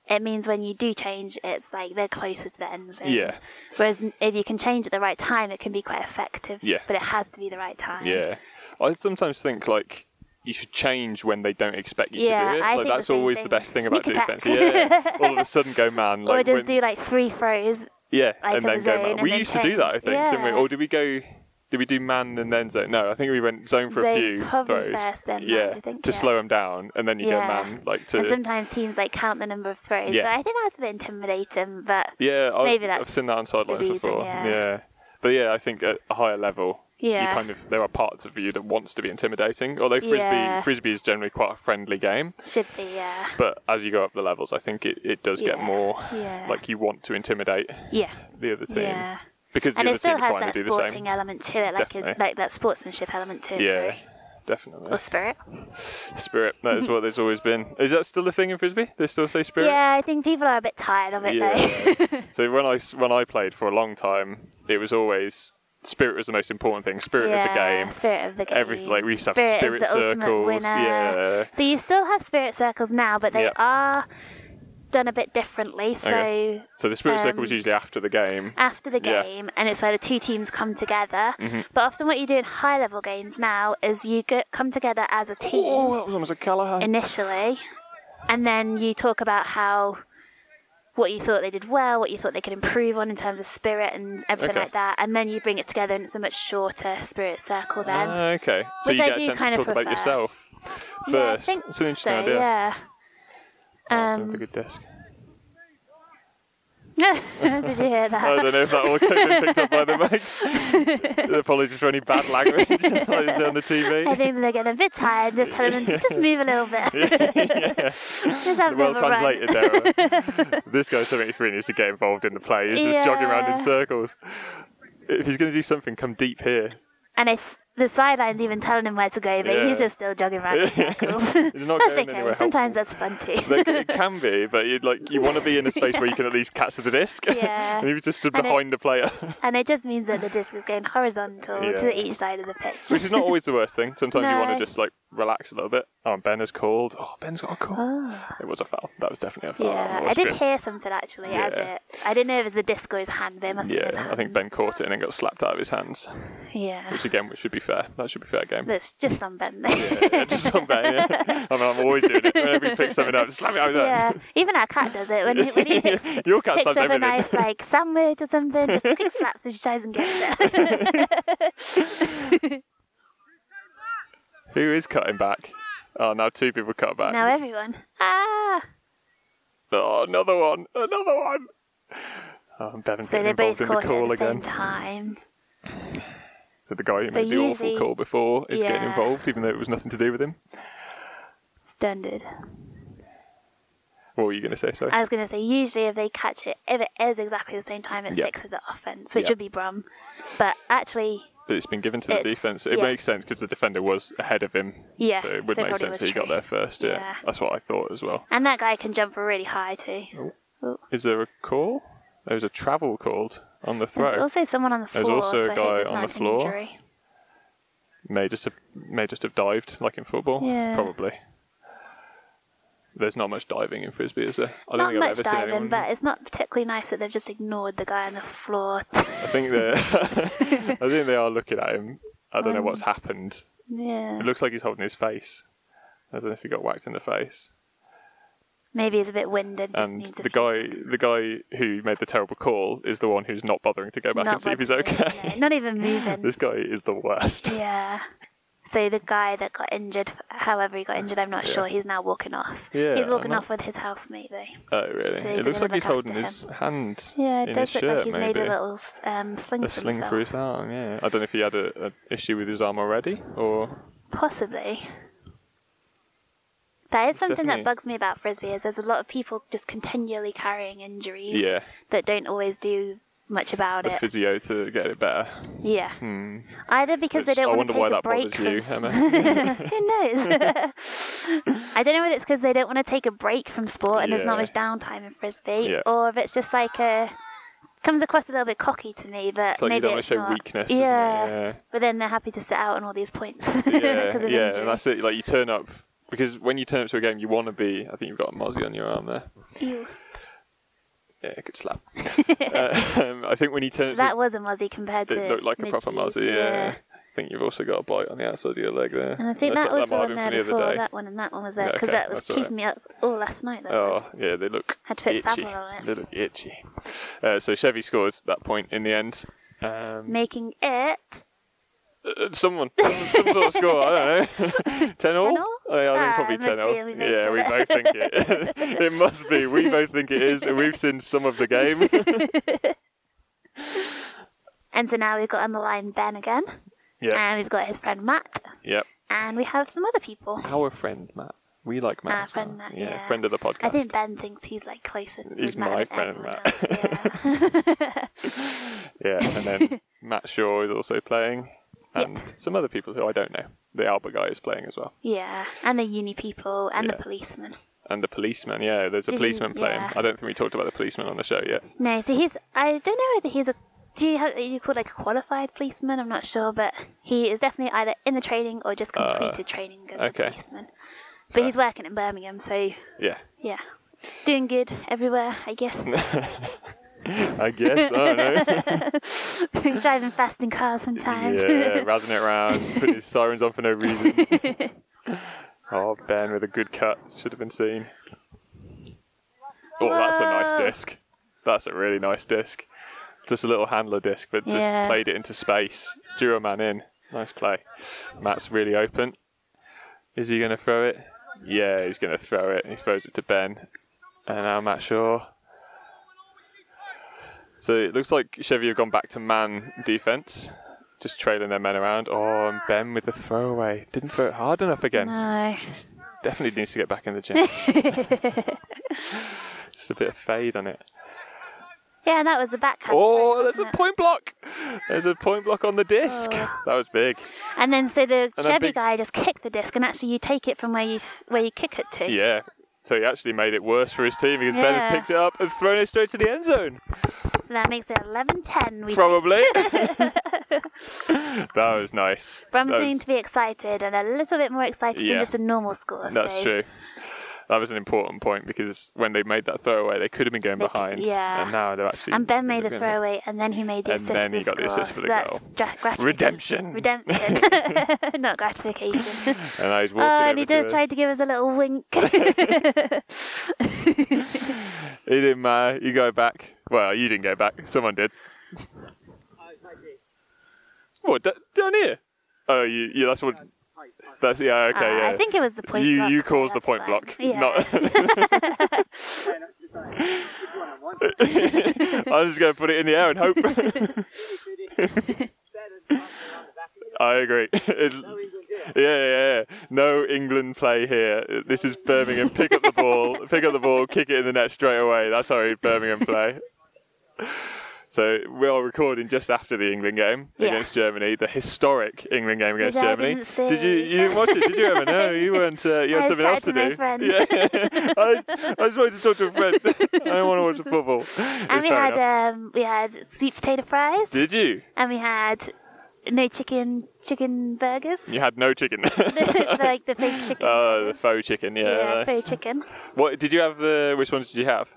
it means when you do change, it's like they're closer to the end zone.
Yeah.
Whereas n- if you can change at the right time, it can be quite effective.
Yeah.
But it has to be the right time.
Yeah, I sometimes think like you should change when they don't expect you
Yeah,
to do it.
I
like
think the
that's
same
always the
thing.
best thing about
Sneak
defense.
attack.
Yeah, all of a sudden go man.
Or
Like
just
when-
do like three throws.
yeah,
like
and
on
then
the
go
zone
man.
and
We
then
used to do that, I
change.
think, didn't we?
Yeah.
Or did we go? Did we do man and then zone? No, I think we went zone for a
Zone
few
probably
throws.
first, then man,
yeah,
do you think?
to
Yeah.
slow them down, and then you
Yeah.
go man. Like
And
to
sometimes teams like count the number of throws.
Yeah.
But I think that's a bit intimidating. But
yeah. I've,
maybe
I've
that's
seen that on sidelines
reason,
before.
yeah.
But yeah, I think at a higher level,
Yeah.
you kind of there are parts of you that wants to be intimidating. Although frisbee
Yeah.
frisbee is generally quite a friendly game,
Should be, yeah.
but as you go up the levels, I think it, it does get
Yeah.
more
Yeah.
like you want to intimidate
Yeah.
the other team
Yeah.
because the
And
other
it still
team are
has
trying
that
to do the same.
sporting element to it, like it's
Definitely.
like that sportsmanship element to it,
yeah,
sorry.
definitely.
Or spirit.
Spirit. That is what there's always been. Is that still a thing in frisbee? They still say spirit.
Yeah, I think people are a bit tired of it
Yeah.
though.
So when I when I played for a long time, it was always spirit was the most important thing. Spirit
yeah,
of the game.
Spirit of the game.
Everything- like, we used to have
spirit
spirit
is the ultimate
circles,
winner.
yeah.
So you still have spirit circles now, but they
Yeah.
are done a bit differently. So
Okay. So the spirit circle
um,
was usually after the game.
after the
Yeah. Mm-hmm.
game, and it's where the two teams come together. But often, what you do in high level games now is you go, come together as a team
Oh, that was almost a Callahan.
uh, initially, and then you talk about how what you thought they did well, what you thought they could improve on in terms of spirit and everything
Okay.
like that, and then you bring it together, and it's a much shorter spirit circle then.
Ah, okay. So
Which
you
I
get
do
a chance
kind
to
of
talk
prefer.
about yourself first.
yeah, I think
it's an interesting
so,
idea.
Yeah.
Oh, it's
Um,
a good disc.
Did you hear that?
I don't know if that all could have been picked up by the mics. Apologies for any bad language like you see on the TV.
I think they're getting a bit tired. Just tell them to just move a little bit. Just have a
well
bit of a run.
translated there. this guy 73 needs to get involved in the play. He's just jogging around in
Yeah.
circles. If he's going to do something, come deep here.
And if the sideline's even telling him where to go, but he's
Yeah.
just still jogging around in
Yeah.
circles.
He's not
that's
going
okay.
anywhere
Sometimes that's fun too.
Like, it can be, but you like you want to be in a space where you can at least catch the disc.
Yeah.
and he was just stood
And it-
behind the player,
and it just means that the disc is going horizontal
Yeah. Oh,
to each side of the pitch.
which is not always the worst thing. Sometimes you want
No.
to just like relax a little bit. Oh, and Ben has called. Oh, Ben's got a call.
Oh.
It was a foul. That was definitely a foul.
yeah,
on
I did
Austria.
hear something actually as
Yeah.
it. I didn't know if it was the disc or his hand, but it must have been his
Yeah, I think
hand.
Ben caught it and then got slapped out of his hands.
Yeah,
Which again, which should be fair. That should be fair game.
that's just on Ben. Though.
yeah, just on Ben. Yeah. I mean, I'm always doing it. Whenever he picks something up, just slap it out of his
Yeah,
hands.
even our cat does it when he, when he picks,
Your cat
picks up
slaps everything.
a nice like sandwich or something, just quick slaps and she tries and gets it.
Who is cutting back? Oh, now two people cut back.
now everyone, ah,
Oh, another one. Another one. Oh, and Bevan's
so
getting
they both
involved
caught it
in the
at
call
the
again.
same time.
So the guy who
So
made the awful
usually-
call before is getting
Yeah.
involved, even though it was nothing to do with him.
Standard.
What were you going to say? Sorry.
I was going to say, usually if they catch it, if it is exactly the same time, it
Yeah.
sticks with the offense, which
Yeah.
would be Brum. But actually,
But it's been given to the
It's-
defense. It
yeah.
makes sense because the defender was ahead of him.
Yeah,
So it would
so it
make
probably
sense
was
that he got
true.
there first. Yeah.
Yeah.
That's what I thought as well.
and that guy can jump really high too.
Oh, Is there a call? There was a travel called on the
There's
throw.
also someone on the
There's
floor.
also a
so I hope
guy
it's
on
not
the
an
floor.
Injury.
May just have may just have dived like in football.
Yeah.
Probably. There's not much diving in frisbee, is there? I don't
Not
think I've
much
ever seen
diving,
anyone.
but it's not particularly nice that they've just ignored the guy on the floor.
I think they I think they are looking at him. I
Um,
don't know what's happened.
yeah.
It looks like he's holding his face. I don't know if he got whacked in the face.
Maybe he's a bit winded. Just
and
needs a
the
few
guy the guy who made the terrible call is the one who's not bothering to go back
Not
and see if he's
bothering,
okay.
no, not even moving.
this guy is the worst.
yeah. So the guy that got injured, however he got injured, I'm not sure. He's now walking off.
Yeah,
he's walking
I'm
off with his housemate though.
Oh really?
So he's
it looks
gonna look
like he's
after
holding his hand
Yeah,
in
it does look
his shirt,
like he's
maybe.
made a little s- um, sling
a
for
sling
himself.
for his arm, yeah. I don't know if he had a, a issue with his arm already, or
Possibly. That is something
definitely-
that bugs me about frisbee is there's a lot of people just continually carrying injuries
Yeah.
that don't always do much about
the
it.
physio to get it better.
yeah. Either because
hmm. Which-
they
I
don't want
wonder
to
why
take a
that
break
bothers
from
you,
s-
Emma.
Who knows? I don't know whether it's because they don't want to take a break from sport and there's not
Yeah.
much downtime in frisbee,
Yeah.
or if it's just like a comes across a little bit cocky to me, but
It's like
maybe
you don't want
it's
to show
not.
weakness,
Yeah.
isn't it?
but then they're happy to sit out on all these points because
Yeah,
of
yeah,
injury.
and that's it. Like you turn up because when you turn up to a game, you want to be. I think you've got a mozzie on your arm there.
Ew.
Yeah, good slap. uh, um, I think when you turn
So
up,
that
to,
was a mozzie compared to
it looked like a proper
Midgie's,
mozzie. Yeah. I think you've also got a bite on the outside of your leg there.
And I think
That's-
that was the
might have
one
been
there
from
before
the other day.
that one, and that one was there
Yeah,
because
okay,
that was
that's all
keeping me up all last night. That was.
Oh yeah, they look
Had to put
itchy.
Savile on it.
They look itchy. Uh, so Chevy scored that point in the end. Um,
making it
uh, someone, some sort of score. I don't know. ten all.
all?
I, I think
Ah,
probably
it must
ten
be,
all.
we both
yeah,
said
we
it.
both think it. it must be. We both think it is, and we've seen some of the game.
And so now we've got on the line Ben again,
Yeah.
and we've got his friend Matt,
Yep.
and we have some other people.
Our friend Matt. We like Matt.
Our
as well.
friend Matt, yeah.
Friend of the podcast.
I think Ben thinks he's like closer. with
He's
Matt
my
than
friend,
everyone
Matt.
else, yeah.
Yeah, and then Matt Shaw is also playing, and some other people who I don't know. The Alba guy is playing as well,
yeah, and the uni people and
Yeah.
the policeman.
and the policeman. Yeah, there's a
Did you-
policeman playing.
yeah.
I don't think we talked about the policeman on the show yet.
No, so he's. I don't know whether he's a. Do you have, are you called like a qualified policeman? I'm not sure, but he is definitely either in the training or just completed training as
Ah, okay.
a policeman. But he's working in Birmingham, so
Yeah,
yeah, doing good everywhere, I guess.
I guess. I don't know.
Driving fast in cars sometimes.
yeah, razzing it around, putting his sirens on for no reason. oh, Ben with a good cut should have been seen. Oh, that's a nice
Whoa.
disc. That's a really nice disc. Just a little handler disc, but just
Yeah.
played it into space. Drew a man in. Nice play. Matt's really open. Is he going to throw it? Yeah, he's going to throw it. He throws it to Ben. And now Matt Shaw. So it looks like Chevy have gone back to man defense, just trailing their men around. Oh, and Ben with the throwaway. Didn't throw it hard enough again.
No.
Definitely needs to get back in the gym. just a bit of fade on it.
Yeah, that was the backhand.
Oh,
throw,
there's a
wasn't it?
point block. There's a point block on the disc.
Oh.
That was big.
And then so the
then
Chevy
big-
guy just kicked the disc, and actually you take it from where you where you kick it to.
Yeah. So he actually made it worse for his team because Ben has
Yeah.
picked it up and thrown it straight to the end zone.
So that makes it 11-10. We
Probably. that was nice.
Brum's
That
soon
was-
to be excited and a little bit more excited
Yeah.
than just a normal score.
That's
so-
true. That was an important point because when they made that throwaway, they could have been going
They c-
behind.
yeah.
And now they're actually.
And Ben made the
looking-
throwaway, and then he made the
And
assist.
then
for
he got the
score,
assist for
so
the
that's
goal.
dra- gratification.
Redemption.
Redemption. Not gratification.
And now he's
oh,
walking
and
over
he just
us.
tried to give us a little wink. Uh,
It didn't matter. You go back. Well, you didn't go back. Someone did. What? d- down here? Oh, you, yeah, that's what. That's yeah. Okay,
Ah,
yeah.
I think it was the point
you
block.
you
yeah,
caused the
that's
point
fine.
block.
Yeah.
Not. I'm just gonna put it in the air and hope. I agree. It's, yeah, yeah, yeah. No England play here. This is Birmingham. Pick up the ball. Pick up the ball. Kick it in the net straight away. That's how Birmingham play. So we are recording just after the England game
Yeah.
against Germany, the historic England game against
Which I
Germany.
didn't see.
Did you you didn't watch it? Did you ever? No, you weren't. Uh, you had
I was
something else to
chatting to my
do.
friend.
Yeah, I, just, I just wanted to talk to a friend. I don't want to watch the football.
And we had um, we had sweet potato fries,
Did you?
and we had no chicken chicken burgers.
You had no chicken.
like the fake chicken.
Oh, the faux chicken. Yeah.
yeah,
nice.
faux chicken.
What did you have? The which ones did you have?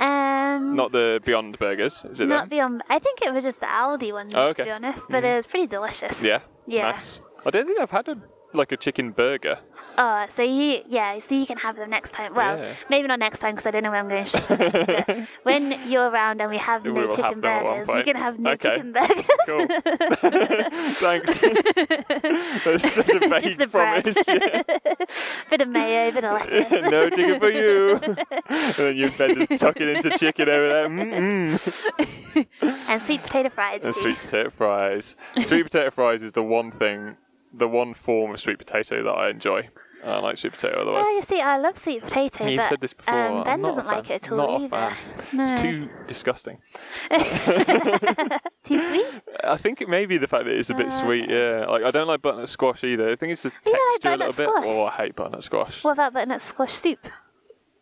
Um,
Not the Beyond Burgers, is it?
not
Not
beyond. I think it was just the Aldi one,
Oh,
to
okay.
be honest. But it was pretty delicious.
yeah.
Yeah.
Nice. I don't think I've had a like a chicken burger.
Oh, so you, yeah, so you can have them next time. Well,
Yeah.
maybe not next time because I don't know where I'm going shopping next. But when you're around and we have
We
no
will have
chicken
them at one
burgers, we
point.
can have no
Okay.
chicken burgers.
Cool. Thanks. That's such a vague
Just the bread.
promise. Yeah.
bit of mayo, bit of lettuce.
no chicken for you. and then you better tuck it into chicken over there. Mm-mm.
and sweet potato fries.
And
too.
sweet potato fries. Sweet potato fries is the one thing, the one form of sweet potato that I enjoy. I don't like sweet potato otherwise.
Oh, you see, I love sweet potato,
You've
but
said this before.
um, Ben
I'm not a
doesn't like
fan.
it at all
Not a
either.
fan.
No,
It's too disgusting.
too sweet.
I think it may be the fact that it's a
Uh,
bit sweet. Yeah, like I don't like butternut squash either. I think it's the
like
texture a little
butternut
bit.
squash.
Oh, I hate butternut squash.
What about butternut squash soup?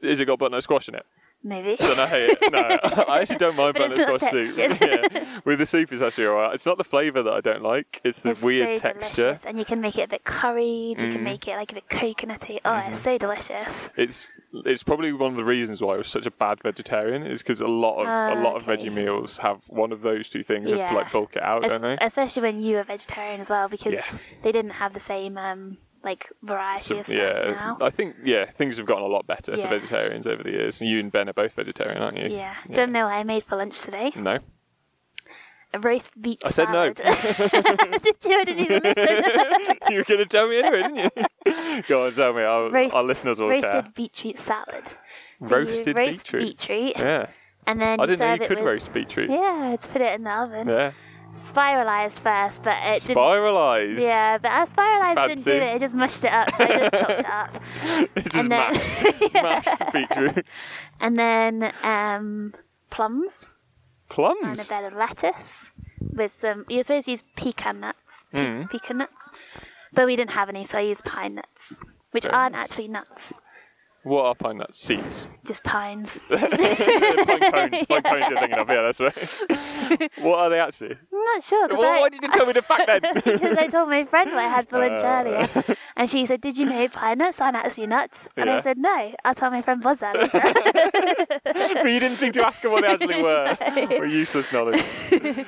Is it got butternut squash in it?
Maybe.
Don't I hate it. No, I actually don't mind
But it's
butternut
not
squash soup.
textured.
yeah. With the soup, it's actually alright. It's not the flavour that I don't like. It's the
It's
weird
so
texture. Mm.
delicious, and you can make it a bit curried. You can make it like a bit coconutty. Oh, it's
Mm-hmm.
so delicious.
It's it's probably one of the reasons why I was such a bad vegetarian. Is because a lot of a
Ah,
lot
okay.
of veggie meals have one of those two things just to
Yeah.
like bulk it out,
Es-
don't they?
Especially when you were vegetarian as well, because
Yeah.
they didn't have the same um, like variety
So-
of stuff
yeah,
now.
I think yeah things have gotten a lot better
Yeah.
for vegetarians over the years. You and Ben are both vegetarian, aren't you?
yeah. Don't know what I made for lunch today.
No.
A roast beet
Mm. I said no.
no. Did you? I didn't even listen.
you were going to tell me anyway, didn't you? Go on, tell me. Our,
Roast,
our listeners will
roasted
care.
beetroot salad. So you
Roasted
roast
beetroot.
beetroot,
Yeah.
and then
I
you
didn't know
serve
you
it
could
with,
roast beetroot.
Yeah, to put it in the oven.
Yeah.
spiralized first, but it didn't.
Spiralized.
Yeah, but our spiralized didn't do
Fancy.
it. It just mushed it up, so I just chopped it up.
It just
And then-
mashed, mashed the beetroot.
And then um, plums and a
Plums.
bed of lettuce with some. You're supposed to use pecan nuts, pe-
Hmm.
pecan nuts, but we didn't have any, so I used pine nuts, which
Very
aren't
nice.
actually nuts,
What are pine nuts? Seeds.
just pines.
pine cones. Pine cones you're thinking of. Yeah, that's right. what are they actually?
I'm not sure
Well,
because
why
I,
did you tell me the fact then?
because I told my friend what I had for lunch
Uh.
earlier, and she said, "Did you know pine nuts aren't actually nuts?" And
Yeah.
I said, "No." I'll tell my friend Buzz that later.
but you didn't seem to ask her what they actually were. Or useless knowledge.
and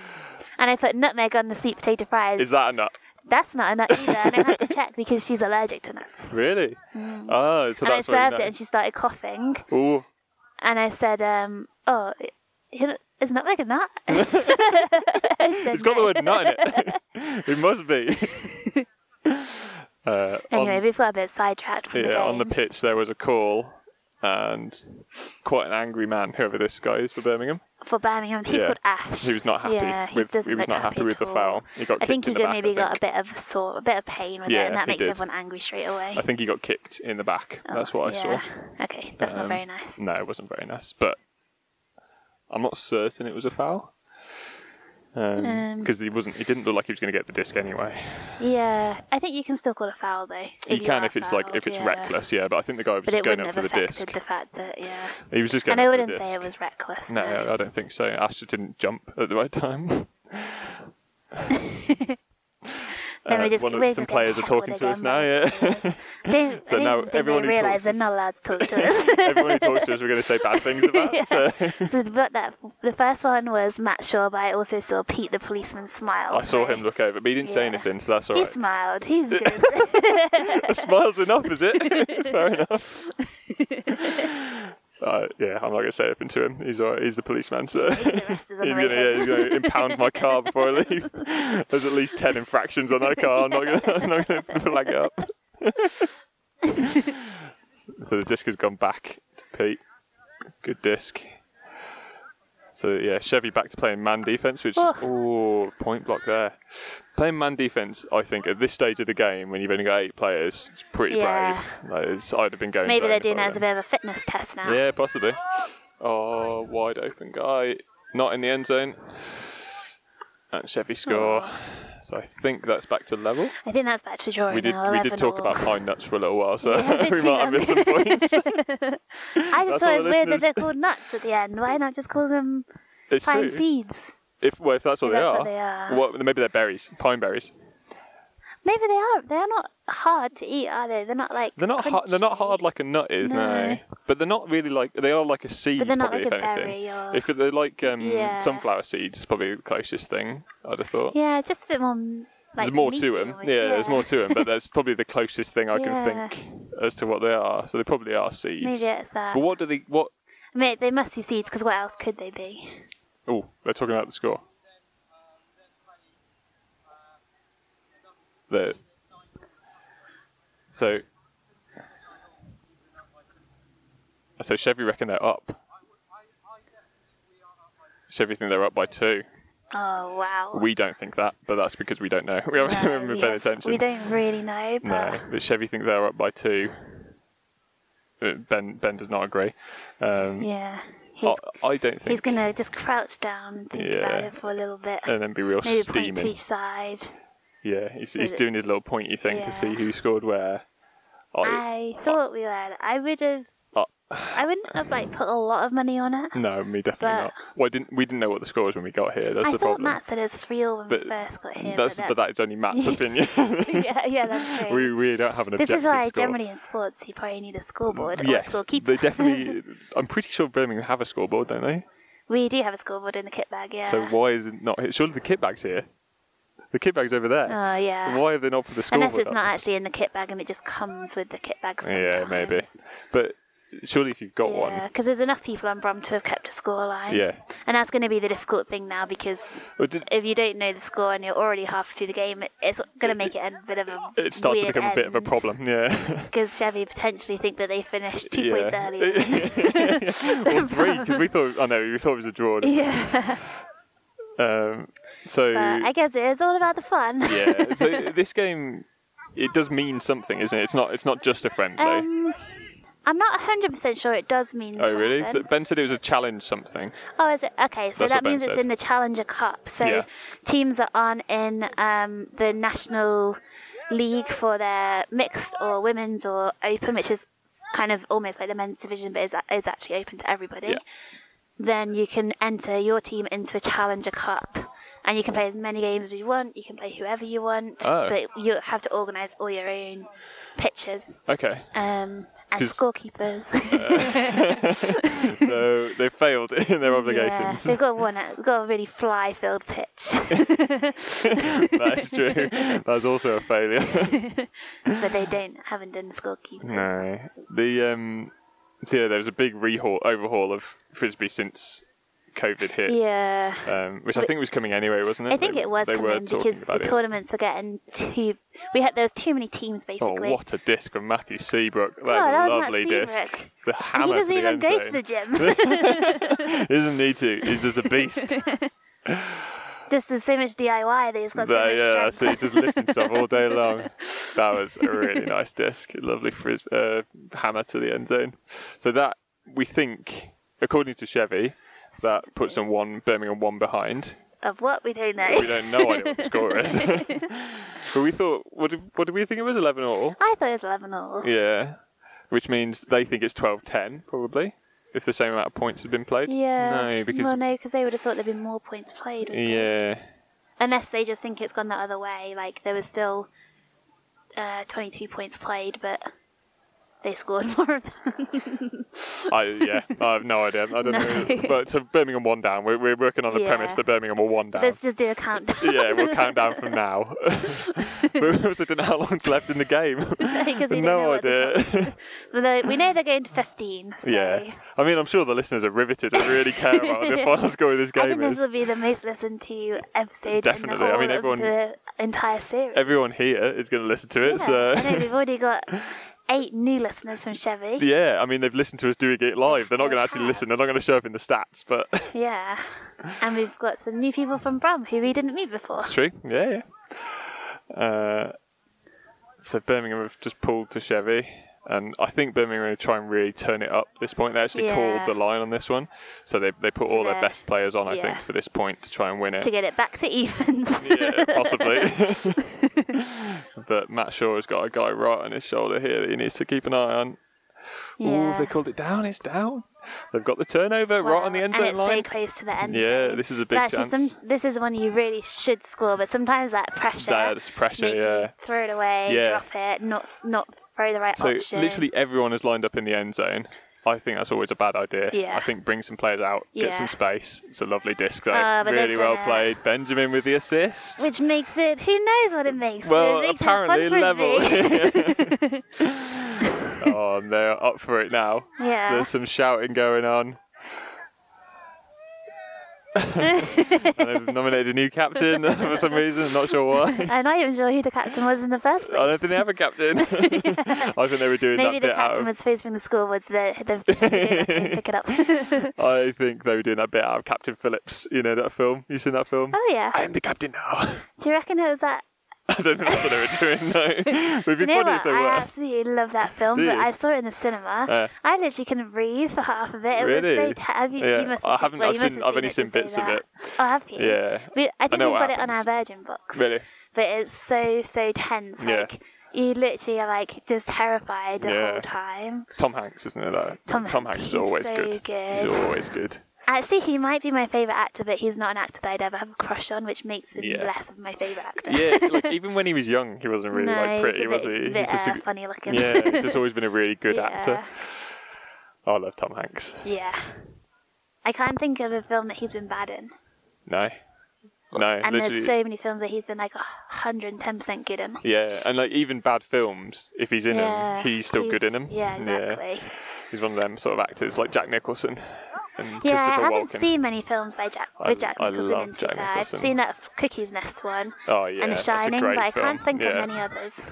I put nutmeg on the sweet potato fries.
Is that a nut?
That's not a nut either, and I had to check because she's allergic to nuts.
Really? Oh, so
Mm. and I
that's what
served
you
it, and she started coughing.
Ooh.
And I said, um, "Oh, it- it's not like a nut." She said,
It's got the
"No."
word nut in it. it must be. Uh, on-
Anyway, we've got a bit sidetracked from the
yeah,
game.
on the pitch there was a call, and quite an angry man, whoever this guy is for Birmingham.
for Birmingham, he's
Yeah.
called Ash.
He was not happy
Yeah, he
with
doesn't
he was
look
not happy
happy
with the
at all.
foul. He got
I think
kicked
he got
in the back,
maybe
I
got a
think.
bit of sore, a bit of pain with
Yeah,
it, and that
he
makes
did.
everyone angry straight away.
I think he got kicked in the back. That's what I
Oh, yeah.
saw.
Okay, that's
Um,
not very nice.
No, it wasn't very nice, but I'm not certain it was a foul.
Um,
Because he wasn't, he didn't look like he was going to get the disc anyway.
Yeah, I think you can still call a foul though.
He
you
can
are
if it's like
fouled,
if it's
yeah.
reckless, yeah. But I think the guy was
But
just
it
going
wouldn't
up
have
for the
affected
disc.
the fact that yeah.
He was just going
And I
up for the
wouldn't
disc.
say it was reckless.
No, I don't think so. Ash just didn't jump at the right time.
Then
Uh,
we just,
one of-
we're
some
just getting
players are talking
heckled
to us
again
now.
by
Yeah,
players. Don't,
So
I
now
don't think
everyone
they
who talks
realise
to
they're
us-
not allowed to talk to us.
everyone who talks to us, we're going to say bad things about. So
so we've got that. The first one was Matt Shaw, but I also saw Pete the policeman smile.
I saw
so
him look over, but he didn't say
Yeah.
anything, so that's all
He
right.
smiled. He's good.
A smile's enough, is it? Fair enough. Uh, yeah, I'm not going to say anything to him. He's all right. he's the policeman, so he's
the rest is on the
gonna
way
yeah,
home.
he's gonna impound my car before I leave. There's at least ten infractions on that car. I'm not gonna I'm not gonna flag it up. so the disc has gone back to Pete. Good disc. So yeah, Chevy back to playing man defense, which is oh point block there. Playing man defense, I think at this stage of the game, when you've only got eight players, it's pretty
Yeah.
brave. Like, it's, I'd have been going.
Maybe they're
insane
doing
if
that
I were
as a
them.
bit of a fitness test now.
Yeah, possibly. Oh, wide open guy, not in the end zone. And Chevy score. So I think that's back to level.
Oh. I think that's back to drawing
We did
now.
we
11
did talk
all.
about pine nuts for a little while, so
Yeah,
we
it's
might have missed some points.
I
that's
just thought
all
it was
the
weird that
listeners-
they're called nuts at the end. Why not just call them
It's
pine
true.
seeds?
If well, if that's what,
If
they,
that's
are,
what they are.
what- maybe they're berries, pine berries.
Maybe they are. They're not hard to eat, are they? They're not like.
They're not hard, they're not
crunchy.
hard like a nut is, no.
No.
But they're not really like they are like a seed.
But they're not
probably,
like
if
a
anything.
berry or-
If they're like um,
Yeah.
sunflower seeds, probably the closest thing I'd have thought.
Yeah, just a bit more. m- Like,
there's more
meaty
to them.
almost,
Yeah, there's more to them, but that's probably the closest thing I
Yeah.
can think as to what they are. So they probably are seeds.
Maybe it's that.
But what do they? What?
I mean, they must be seeds because what else could they be?
Oh, they're talking about the score. The. So. So Chevy reckon they're up. Chevy think they're up by two.
Oh wow.
We don't think that, but that's because we don't know. We haven't,
No,
been
we
paying
have-
attention.
We don't really know, but
No, but Chevy think they're up by two. Uh, Ben Ben does not agree. Um,
yeah, he's
I, I don't think.
he's gonna just crouch down, and think about
Yeah.
it for a little bit,
And then be real
maybe point to
steaming.
each side.
Yeah, he's, he's
it-
doing his little pointy thing
Yeah.
to see who scored where. Oh, I
I thought we were. I would have.
uh,
I wouldn't have like put a lot of money on it.
no, me definitely
But-
not. Well, I didn't we didn't know what the score was when we got here. That's
I
the
thought
problem.
Matt said it was three all when
But
we first got here.
that's, but that is only Matt's opinion.
yeah, yeah, that's true.
we we don't have an
this
objective
is why
score.
generally in sports you probably need a scoreboard
yes,
or a scorekeeper.
they definitely. I'm pretty sure Birmingham have a scoreboard, don't they?
we do have a scoreboard in the kit bag, yeah.
So why is it not? here? Surely the kit bag's here. The kit bag's over there.
Oh yeah.
Why have they not put the scoreboard?
Unless it's
up?
not actually in the kit bag and it just comes with the kit bag. Sometimes.
Yeah, maybe. But surely if you've got
Yeah,
one,
because there's enough people on Brom to have kept a score line.
yeah.
And that's going to be the difficult thing now because
Well, did,
if you don't know the score and you're already half through the game, it- it's going to make it a bit of a.
it starts to
weird
become a bit of a problem. Yeah,
Because Chevy potentially think that they finished two
yeah.
points earlier.
or three because we thought. I know we thought it was a draw. didn't we?
yeah.
Um, So
But I guess it is all about the fun.
yeah, so this game it does mean something, isn't it? It's not it's not just a friendly.
um, I'm not 100% sure it does mean
oh really? So
something.
ben said it was a challenge something.
Oh, is it? Okay, so
That's what
that
Ben
means it's
said.
in the Challenger Cup. So
Yeah.
teams that aren't in um, the national league for their mixed or women's or open, which is kind of almost like the men's division, but is, is actually open to everybody.
Yeah.
Then you can enter your team into the Challenger Cup, and you can play as many games as you want. You can play whoever you want,
Oh.
but you have to organise all your own pitches
Okay.
um, and
'Cause-
scorekeepers.
So they failed in their
Yeah,
obligations.
they've got one. They've got a really fly-filled pitch,
That's true. That's also a failure.
but they don't haven't done scorekeepers.
No, the um, so yeah, there was a big rehaul overhaul of frisbee since COVID hit,
Yeah,
um, which I think was coming anyway, wasn't it?
I think
They-
it was
They were
coming
talking
because the
about it.
tournaments were getting too. We had there was too many teams
Oh,
basically.
what a disc from Matthew Seabrook! That's
Oh, that
a
was Matt
lovely disc.
Seabrook.
The
He
hammer.
doesn't
for the
even
end
go to
zone.
the gym.
Doesn't need to. He's just a beast.
Just there's so much DIY that he's got so
That-
much
yeah, that's
strength.
it. Just lifting stuff all day long. That was a really nice disc. Lovely fris- uh, hammer to the end zone. So that we think, according to Chevy, that puts them one Birmingham one behind.
Of what we don't know.
We don't know idea what the score is. but we thought, what did, what did we think it was? 11 all?
I thought it was eleven all.
Yeah. Which means they think it's 12 10, probably, if the same amount of points had been played.
Yeah.
No, because.
well, no, because they would have thought there'd been more points played. wouldn't they?
Yeah.
Unless they just think it's gone the other way. Like there was still uh, 22 points played, but they scored more of them.
I, yeah, I have no idea. I don't know. But so Birmingham one down. We're, we're working on the
Yeah.
premise that Birmingham are one down.
Let's just do a countdown.
yeah, we'll count down from now. but we also don't know how long's left in the game.
Because we don't know
no
what the top-
idea.
Although we know they're going to 15. So
yeah. I mean, I'm sure the listeners are riveted and really care about what the final score of this
I
game
think
is.
this will be the most listened to episode in
Definitely.
the
I
whole
mean, everyone-
of the entire series.
everyone here is going to listen to it.
Yeah. I know
So
we've already got eight new listeners from Chevy.
yeah, I mean they've listened to us doing it live. They're not going to actually
have.
listen. They're not going to show up in the stats, but
Yeah. And we've got some new people from Brum who we didn't meet before.
it's true. Yeah. yeah. Uh, so Birmingham have just pulled to Chevy, and I think Birmingham are going to try and really turn it up. At this point, they actually
Yeah.
called the line on this one, so they they put
So
all their
they're-
best players on. I think
yeah.
for this point to try and win it.
To get it back to evens.
yeah, possibly. but Matt Shaw has got a guy right on his shoulder here that he needs to keep an eye on. Ooh,
Yeah.
have they called it down. It's down. They've got the turnover right on the
Wow,
end zone
and it's
line.
so close to the end
Yeah,
zone.
this is a
But
big
actually
chance.
Some, this is one you really should score, but sometimes that pressure.
That's pressure,
makes
yeah.
You throw it away,
Yeah.
drop it, not s- not throw the right
so
option.
literally everyone is lined up in the end zone. I think that's always a bad idea.
Yeah.
I think bring some players out,
Yeah.
get some space. It's a lovely disc though.
Oh, but they've
really well
done it.
played. Benjamin with the assist.
Which makes it. Who knows what it makes? but
well,
it makes it a fun
apparently level.
frisbee.
oh, and they're up for it now.
yeah.
There's some shouting going on. and they've nominated a new captain for some reason. Not sure why.
I'm not even sure who the captain was in the first
I
place.
don't think they have a captain. I think they were doing
Maybe the
that bit out
captain
of.
was supposed to bring the scoreboard, so they they have to go back and pick it up.
I think they were doing that bit out of Captain Phillips. You know that film? You seen that film?
oh yeah.
I am the captain now.
Do you reckon it was that?
I don't think that's what they were doing. No, it would be
Do you know
funny
what?
if they
I
were.
absolutely love that film,
Do
but
you?
I saw it in the cinema.
Uh.
I literally couldn't breathe for half of it. It
Really?
was so terrible. You,
Yeah,
you must
I
have Seen,
haven't-
well,
I've
you must
seen-
have
I've only
it to
seen
say
bits of
that.
it.
Oh, have you?
Yeah.
We, I think
know
we've
what
got it on our
happens.
Virgin box.
Really?
But it's so so tense.
Yeah.
Like you literally are like just terrified the
Yeah.
whole time.
It's Tom Hanks, isn't it? That
Tom Hanks,
Hanks is
he's
always
so
good.
good.
He's always good.
Actually, he might be my favorite actor, but he's not an actor that I'd ever have a crush on, which makes him
Yeah.
less of my favorite actor.
Yeah, like even when he was young, he wasn't really
no,
like pretty,
he's a
was
bit,
he?
bit,
he's just
uh,
a,
funny looking.
yeah, he's just always been a really good actor.
Yeah.
Oh, I love Tom Hanks.
Yeah. I can't think of a film that he's been bad in.
No, no,
And
literally.
there's so many films that he's been like 110% good in.
yeah, and like even bad films, if he's in
Yeah.
them, he's still good in them.
Yeah, exactly.
he's one of them sort of actors, like Jack Nicholson and
Yeah, I
Christopher
haven't
Walken.
seen many films by Jack
I-
with Jack
I
Nicholson.
love
in, to
Jack
be fair.
Nicholson.
I've seen that f- Cookie's Nest one
oh yeah,
and The
that's a
Shining,
great
but I
film.
can't think
yeah.
of any others.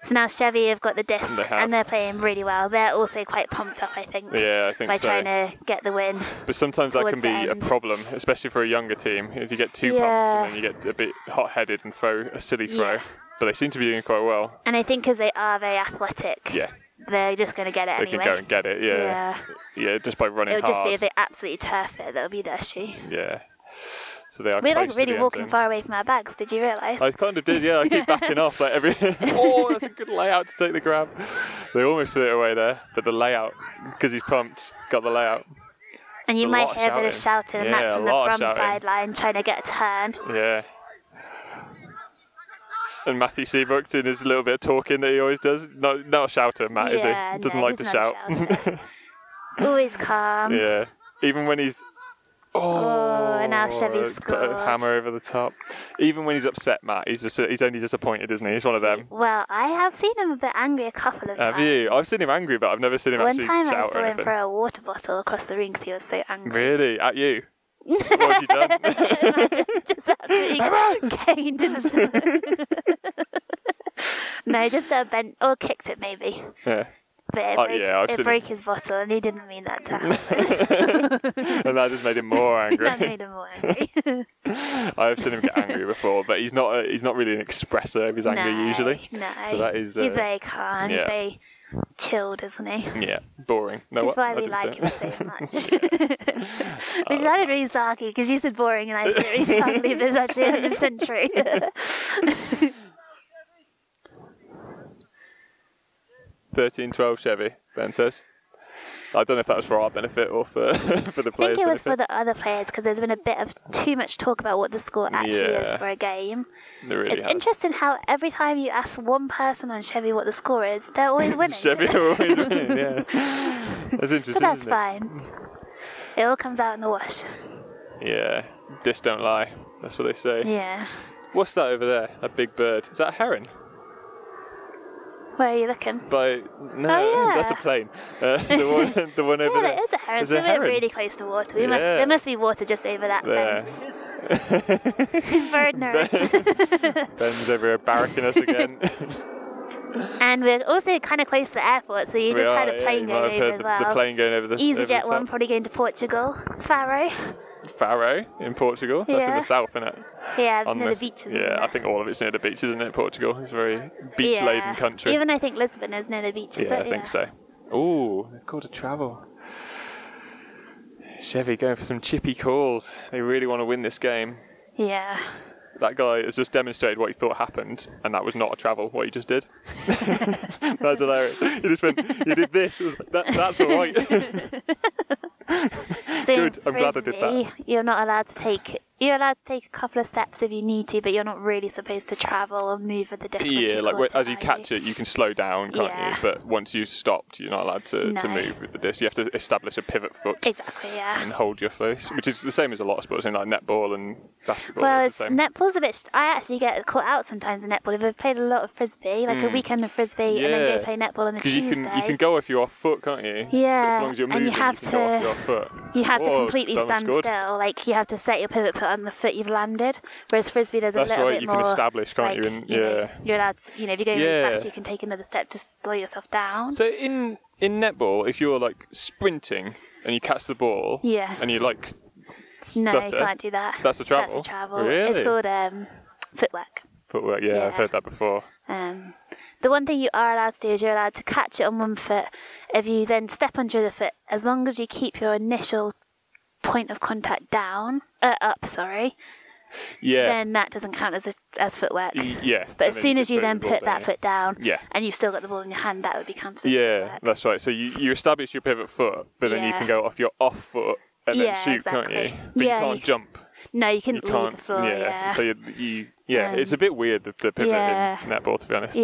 So now Chevy have got the disc
They have.
and they're playing really well. They're also quite pumped up, I think,
Yeah, I think
by
so.
trying to get the win.
But sometimes that
towards
can
the
be a
end.
problem, especially for a younger team. If you get too pumped
Yeah.
and then you get a bit hot headed and throw a silly throw.
Yeah.
But they seem to be doing quite well.
And I think because they are very athletic,
Yeah.
they're just going to get it
They
anyway.
can go and get it, yeah.
Yeah.
Yeah, just by running
It'll just
hard.
be if they absolutely turf it that'll be the issue.
yeah. So they are
We're
close
like
to the
really
end
walking
zone.
far away from our bags. Did you realise?
I kind of did, yeah. I keep backing off like every. oh, that's a good layout to take the grab. They almost threw it away there, but the layout, because he's pumped, got the layout.
and you
a lot
might
of
hear a bit of
shouting.
shouting, and
Yeah,
that's
a
from
lot
the
of
from
shouting.
sideline trying to get a turn.
Yeah. And Matthew Seabrook doing his little bit of talking that he always does. No, not a shouter, Matt,
Yeah,
Uh, is he? Doesn't
no,
like to
he's not
shout.
a shouter. Always calm.
yeah. Even when he's. Oh,
and now Chevy's
put a
scored.
Hammer over the top. Even when he's upset, Matt, he's just he's only disappointed, isn't he? He's one of them.
Well, I have seen him a bit angry a couple of
Have
times.
you? I've seen him angry, but I've never seen him
One
actually
time I
shout
saw
or
him
anything.
throw a water bottle across the ring because he was so angry.
Really? At you? what have you done?
just absolutely caned in the stomach. no, just uh, bent or kicked it maybe.
yeah.
But it,
Oh,
broke,
yeah, I've seen
it
him.
broke his bottle and he didn't mean that to happen.
And that just made him more angry.
that made him more angry.
I've seen him get angry before, but he's not a, he's not really an expressor of his anger
no,
usually.
No.
So that is,
He's
uh,
very calm.
yeah.
He's very chilled, isn't he?
Yeah, boring. No,
That's
what?
why
I
we
didn't say
like him
it.
so much. Which sounded really sarky because you said boring and I said really sarky, but it's actually 100% true.
13, 12 Chevy, Ben says. I don't know if that was for our benefit or for, for the
I
players.
think it was for
benefit.
the other players because there's been a bit of too much talk about what the score actually
Yeah.
is for a game.
It really
it's
has.
interesting how every time you ask one person on Chevy what the score is, they're always winning.
Chevy are always winning, yeah. That's interesting.
but that's
isn't it?
fine. It all comes out in the wash.
Yeah, discs don't lie. That's what they say.
Yeah.
What's that over there? That big bird. Is that a heron?
Where are you looking?
By no,
Oh, yeah.
that's a plane. Uh, the one, the one over
Yeah,
there.
there is a heron.
There's
So
a
we're
heron.
really close to water. We must.
Yeah.
There must be water just over that
There.
fence. Bird nerds.
Ben's over here barracking us again.
and we're also kind of close to the airport, so you just
we are,
had a plane going
yeah, you might have
over
heard
as
the,
well.
the plane going over the over the
EasyJet one
top.
probably going to Portugal. Faro.
Faro in Portugal. That's in
Yeah.
the south, isn't it?
Yeah, it's
on
near the
this-
beaches.
Yeah,
isn't
I
it?
think all of it's near the beach, isn't it? Portugal. It's a very beach laden
Yeah.
country.
Even I think Lisbon is near the beach, is
yeah, I
it?
think so. Ooh, they've called a travel. Chevy going for some chippy calls. They really want to win this game.
Yeah.
That guy has just demonstrated what he thought happened, and that was not a travel, what he just did. that's hilarious. He just went, You did this. It was like, that, that's all right.
So in
Good, I'm glad I did that.
Frisbee, You're not allowed to take. You're allowed to take a couple of steps if you need to, but you're not really supposed to travel or move at the distance.
yeah,
you've
like
caught
where- as you
are
catch it, you can slow down, can't you?
Yeah.
But once you've stopped, you're not allowed to, to
No.
move with the disc. You have to establish a pivot foot.
Exactly. Yeah.
and hold your face, which is the same as a lot of sports, in like netball and basketball.
Well,
it's
it's
the same.
netball's a bit. St- I actually get caught out sometimes in netball if I've played a lot of frisbee, like a weekend of frisbee, and then
Hmm. Yeah.
go play netball on a
because you
Tuesday.
can you can go off your off foot, can't you? But
Yeah,
as long as you're
and you
moving,
have
can go off
to-
your off foot.
You have to
Oh,
completely
Donald
stand
scored.
still. Like you have to set your pivot foot on the foot you've landed. Whereas frisbee, there's a
That's
little
right,
bit
you
more.
can establish, can't you, and-
know,
yeah.
you're allowed. To, you know, if you're going
Yeah.
really fast, you can take another step to slow yourself down.
So in in netball, if you're like sprinting and you catch the ball,
Yeah.
and you like
no,
stutter,
you can't do that.
That's a travel.
That's a travel.
Really?
It's called um, footwork.
footwork. Yeah, I've
Yeah.
heard that before.
Um, the one thing you are allowed to do is you're allowed to catch it on one foot. If you then step onto the foot, as long as you keep your initial point of contact down, uh, up, sorry,
Yeah,
then that doesn't count as a, as footwork.
Y- yeah.
But
and
as soon
can
as you
throw
then
the ball
put that
down.
foot down,
Yeah.
and you've still got the ball in your hand, that would be counted. as
Yeah,
footwork.
that's right. So you, you establish your pivot foot, but then you
Yeah.
can go off your off foot and
Yeah,
then shoot, can't you?
exactly.
But
Yeah,
you
you
can't
c-
jump.
no, you couldn't
you
leave
can't.
the floor. Yeah, yeah. Um,
So you, you yeah, it's a bit weird the, the pivot
yeah.
in netball to be honest.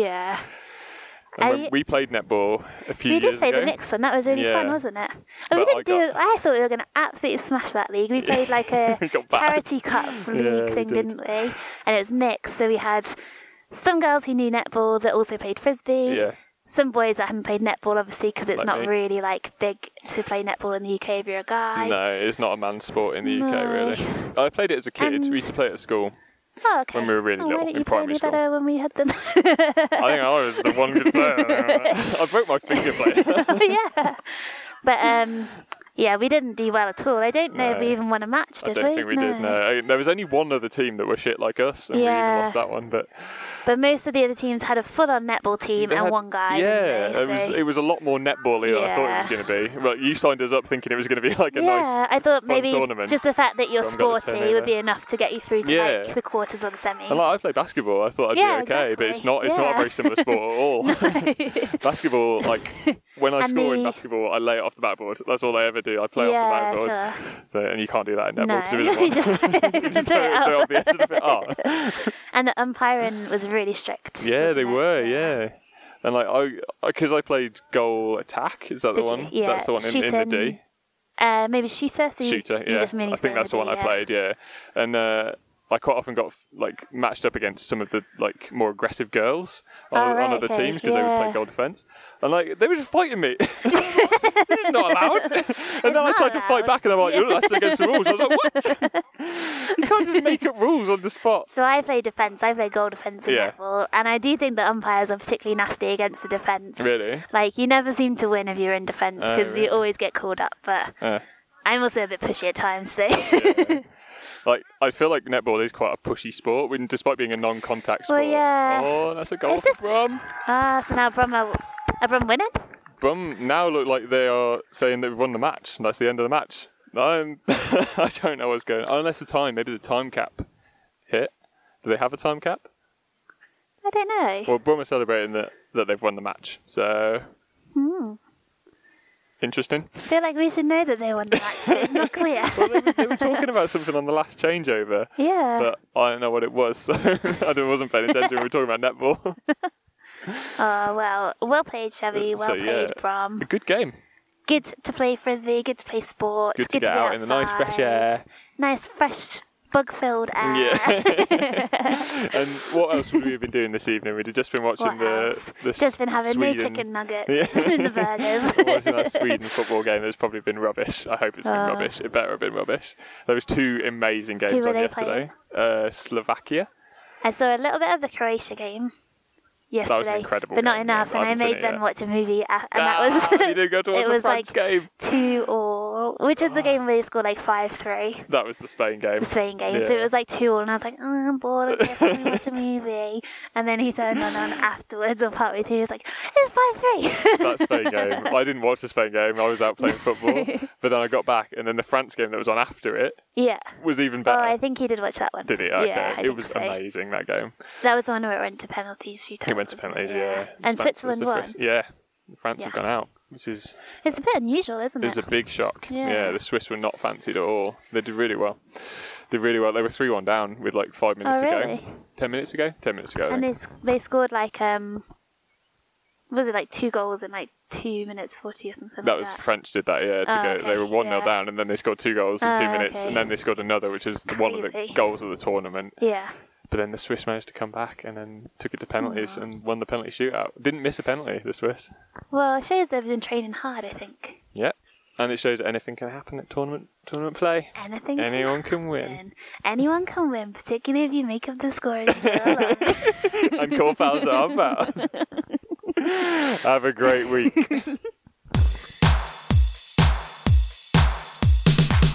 I-
And when we played netball a few
We
years
did play
ago.
the next one. That was really
Yeah.
fun, wasn't it? And we
But I
didn't do. I thought we were going to absolutely smash that league. We played like a
We got bad.
charity cup league
we
thing,
did.
did. not we? And it was mixed. So we had some girls who knew netball that also played frisbee.
yeah,
Some boys that hadn't played netball, obviously, because it's
Like
not
me.
really like big to play netball in the UK if you're a guy.
no, it's not a man's sport in the UK
No.
really. I played it as a kid.
And-
we used to play it at school.
Oh, okay.
When we were really
oh,
little
why didn't
in
you
primary
play
school.
me better when we had them?
I think I was the one good player. I broke my finger playing.
Oh, yeah. But um, yeah, we didn't do well at all. I don't know if we
No.
even won a match,
I
did
don't think we did. No, I, there was only one other team that were shit like us, and we
Yeah.
even lost that one. But
But most of the other teams had a full-on netball team
They
and
had-
one guy.
Yeah,
didn't they?
it was
So-
it was a lot more netball-y than I thought it was
Yeah.
going to be. Well, you signed us up thinking it was going to be like a
yeah,
nice.
I thought
fun
maybe
tournament.
just the fact that you're
Everyone got to turn
sporty would
over.
be enough to get you through to
Yeah.
like the quarters or the semis.
And like I play basketball, I thought I'd
Yeah,
be okay, but it's
exactly.
not. It's not
Yeah.
a very similar sport at all. basketball, like when I
And
score in
the-
basketball, I lay it off the backboard. That's all I ever do. I play
yeah,
off the backboard,
sure.
so, and you can't do that in netball
No,
because there isn't one.
you just throw it
Throw it- throw it
out.
off the edge of the fi- Oh.
And the umpiring was really strict.
Yeah,
wasn't
they
it?
were. Yeah, and like I, because I played goal attack. Is that
Did
the
you?
one?
Yeah,
That's the one in, in the
shooting.
D
Uh, maybe shooter. So you-
shooter.
You
Yeah,
just mean
I think that's the one I played. Yeah, and uh, I quite often got like matched up against some of the like more aggressive girls on,
Oh,
on
right,
other
okay,
teams because they would play
yeah.
goal defense. And like they were just fighting me. this is not allowed. And then I
not
tried to fight
allowed.
back, and they're like, "You're that's against the rules." I was like, "What? you can't just make up rules on the spot."
So I play defence. I play goal defence in
Yeah.
netball, and I do think that umpires are particularly nasty against the defence.
Really?
Like you never seem to win if you're in defence
Oh,
because
really?
you always get called up. But
Uh,
I'm also a bit pushy at times, so
like I feel like netball is quite a pushy sport, when, despite being a non-contact
Well,
sport.
yeah.
Oh, that's a goal
It's
for
just-
Brum.
ah, so now Brum are, are Brum winning.
Brum now look like they are saying they've won the match. And that's the end of the match. I'm, I don't know what's going on. Unless the time, maybe the time cap hit. Do they have a time cap?
I don't know.
Well, Brum are celebrating that, that they've won the match. So.
Hmm.
Interesting.
I feel like we should know that they won the match, but it's not clear.
They were, they were talking about something on the last changeover,
yeah.
but I don't know what it was, so I don't- wasn't paying attention. We were talking about netball.
oh well, well played Chevy,
Uh,
well
so,
played
yeah.
Brum.
a good game.
Good to play frisbee, good to play sports,
Good to get
be
out in the nice fresh
outside,
air.
nice fresh bug-filled air.
Yeah. and what else would we have been doing this evening? We'd have just been watching
What
the,
else?
uh, the
Just been having
Sweden.
no chicken nuggets
Yeah.
and the burgers.
watching that Sweden football game that's probably been rubbish. I hope it's been
Oh.
rubbish. It better have been rubbish. There was two amazing games
were
on
they
yesterday. Uh, Slovakia.
I saw a little bit of the Croatia game yesterday,
was an incredible
but not
game,
enough.
yeah. I
and I
haven't seen
made
it
Ben
yet.
watch a movie, a- and
Ah,
that was
you didn't go to watch
it
the
was like
France game.
two all, which
Ah.
was the game where they scored like five three.
That was the Spain game.
The Spain game, so it
Yeah.
was like two all, and I was like, oh, I'm bored of this. Let me watch a movie. And then he turned on and afterwards or partway through. He was like, it's five three.
That Spain game. I didn't watch the Spain game. I was out playing football. but then I got back, and then the France game that was on after it
yeah.
was even
Oh,
better.
I think he did watch that one.
Did it? Okay.
Yeah, I
it
think
was
so.
amazing that game.
That was the one where it went to penalties, shootouts.
It went to
wasn't
penalties, yeah.
And
France was
Switzerland
the
won.
first- yeah, France have
Yeah.
gone out, which is
It's a bit unusual, isn't
is
it?
a big shock.
Yeah.
the Swiss were not fancied at all. They did really well. Did really well. They were three one down with like five minutes
Oh,
to
really?
go. Ten minutes to go. Ten minutes to go. I
and
think.
they s- they scored like um, was it like two goals in like two minutes forty or something?
That
like
was
that.
French did that, yeah. To
Oh,
go,
okay,
they were one 0
yeah.
down, and then they scored two goals in
Oh,
two minutes,
okay.
and then they scored another, which is one of the
Crazy.
goals of the tournament.
yeah.
But then the Swiss managed to come back and then took it to
Oh,
penalties and won the penalty shootout. Didn't miss a penalty, the Swiss.
Well, it shows they've been training hard. I think
Yeah, and it shows anything can happen at tournament tournament play.
anything. can
Anyone can win.
Win. Anyone can win, particularly if you make up the score as you go along.
and call pals at our pals. Have a great week.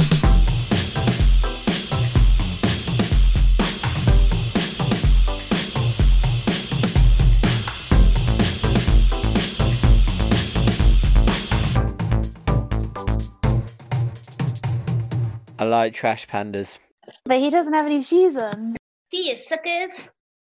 I like trash pandas.
But he doesn't have any shoes on.
See you, suckers.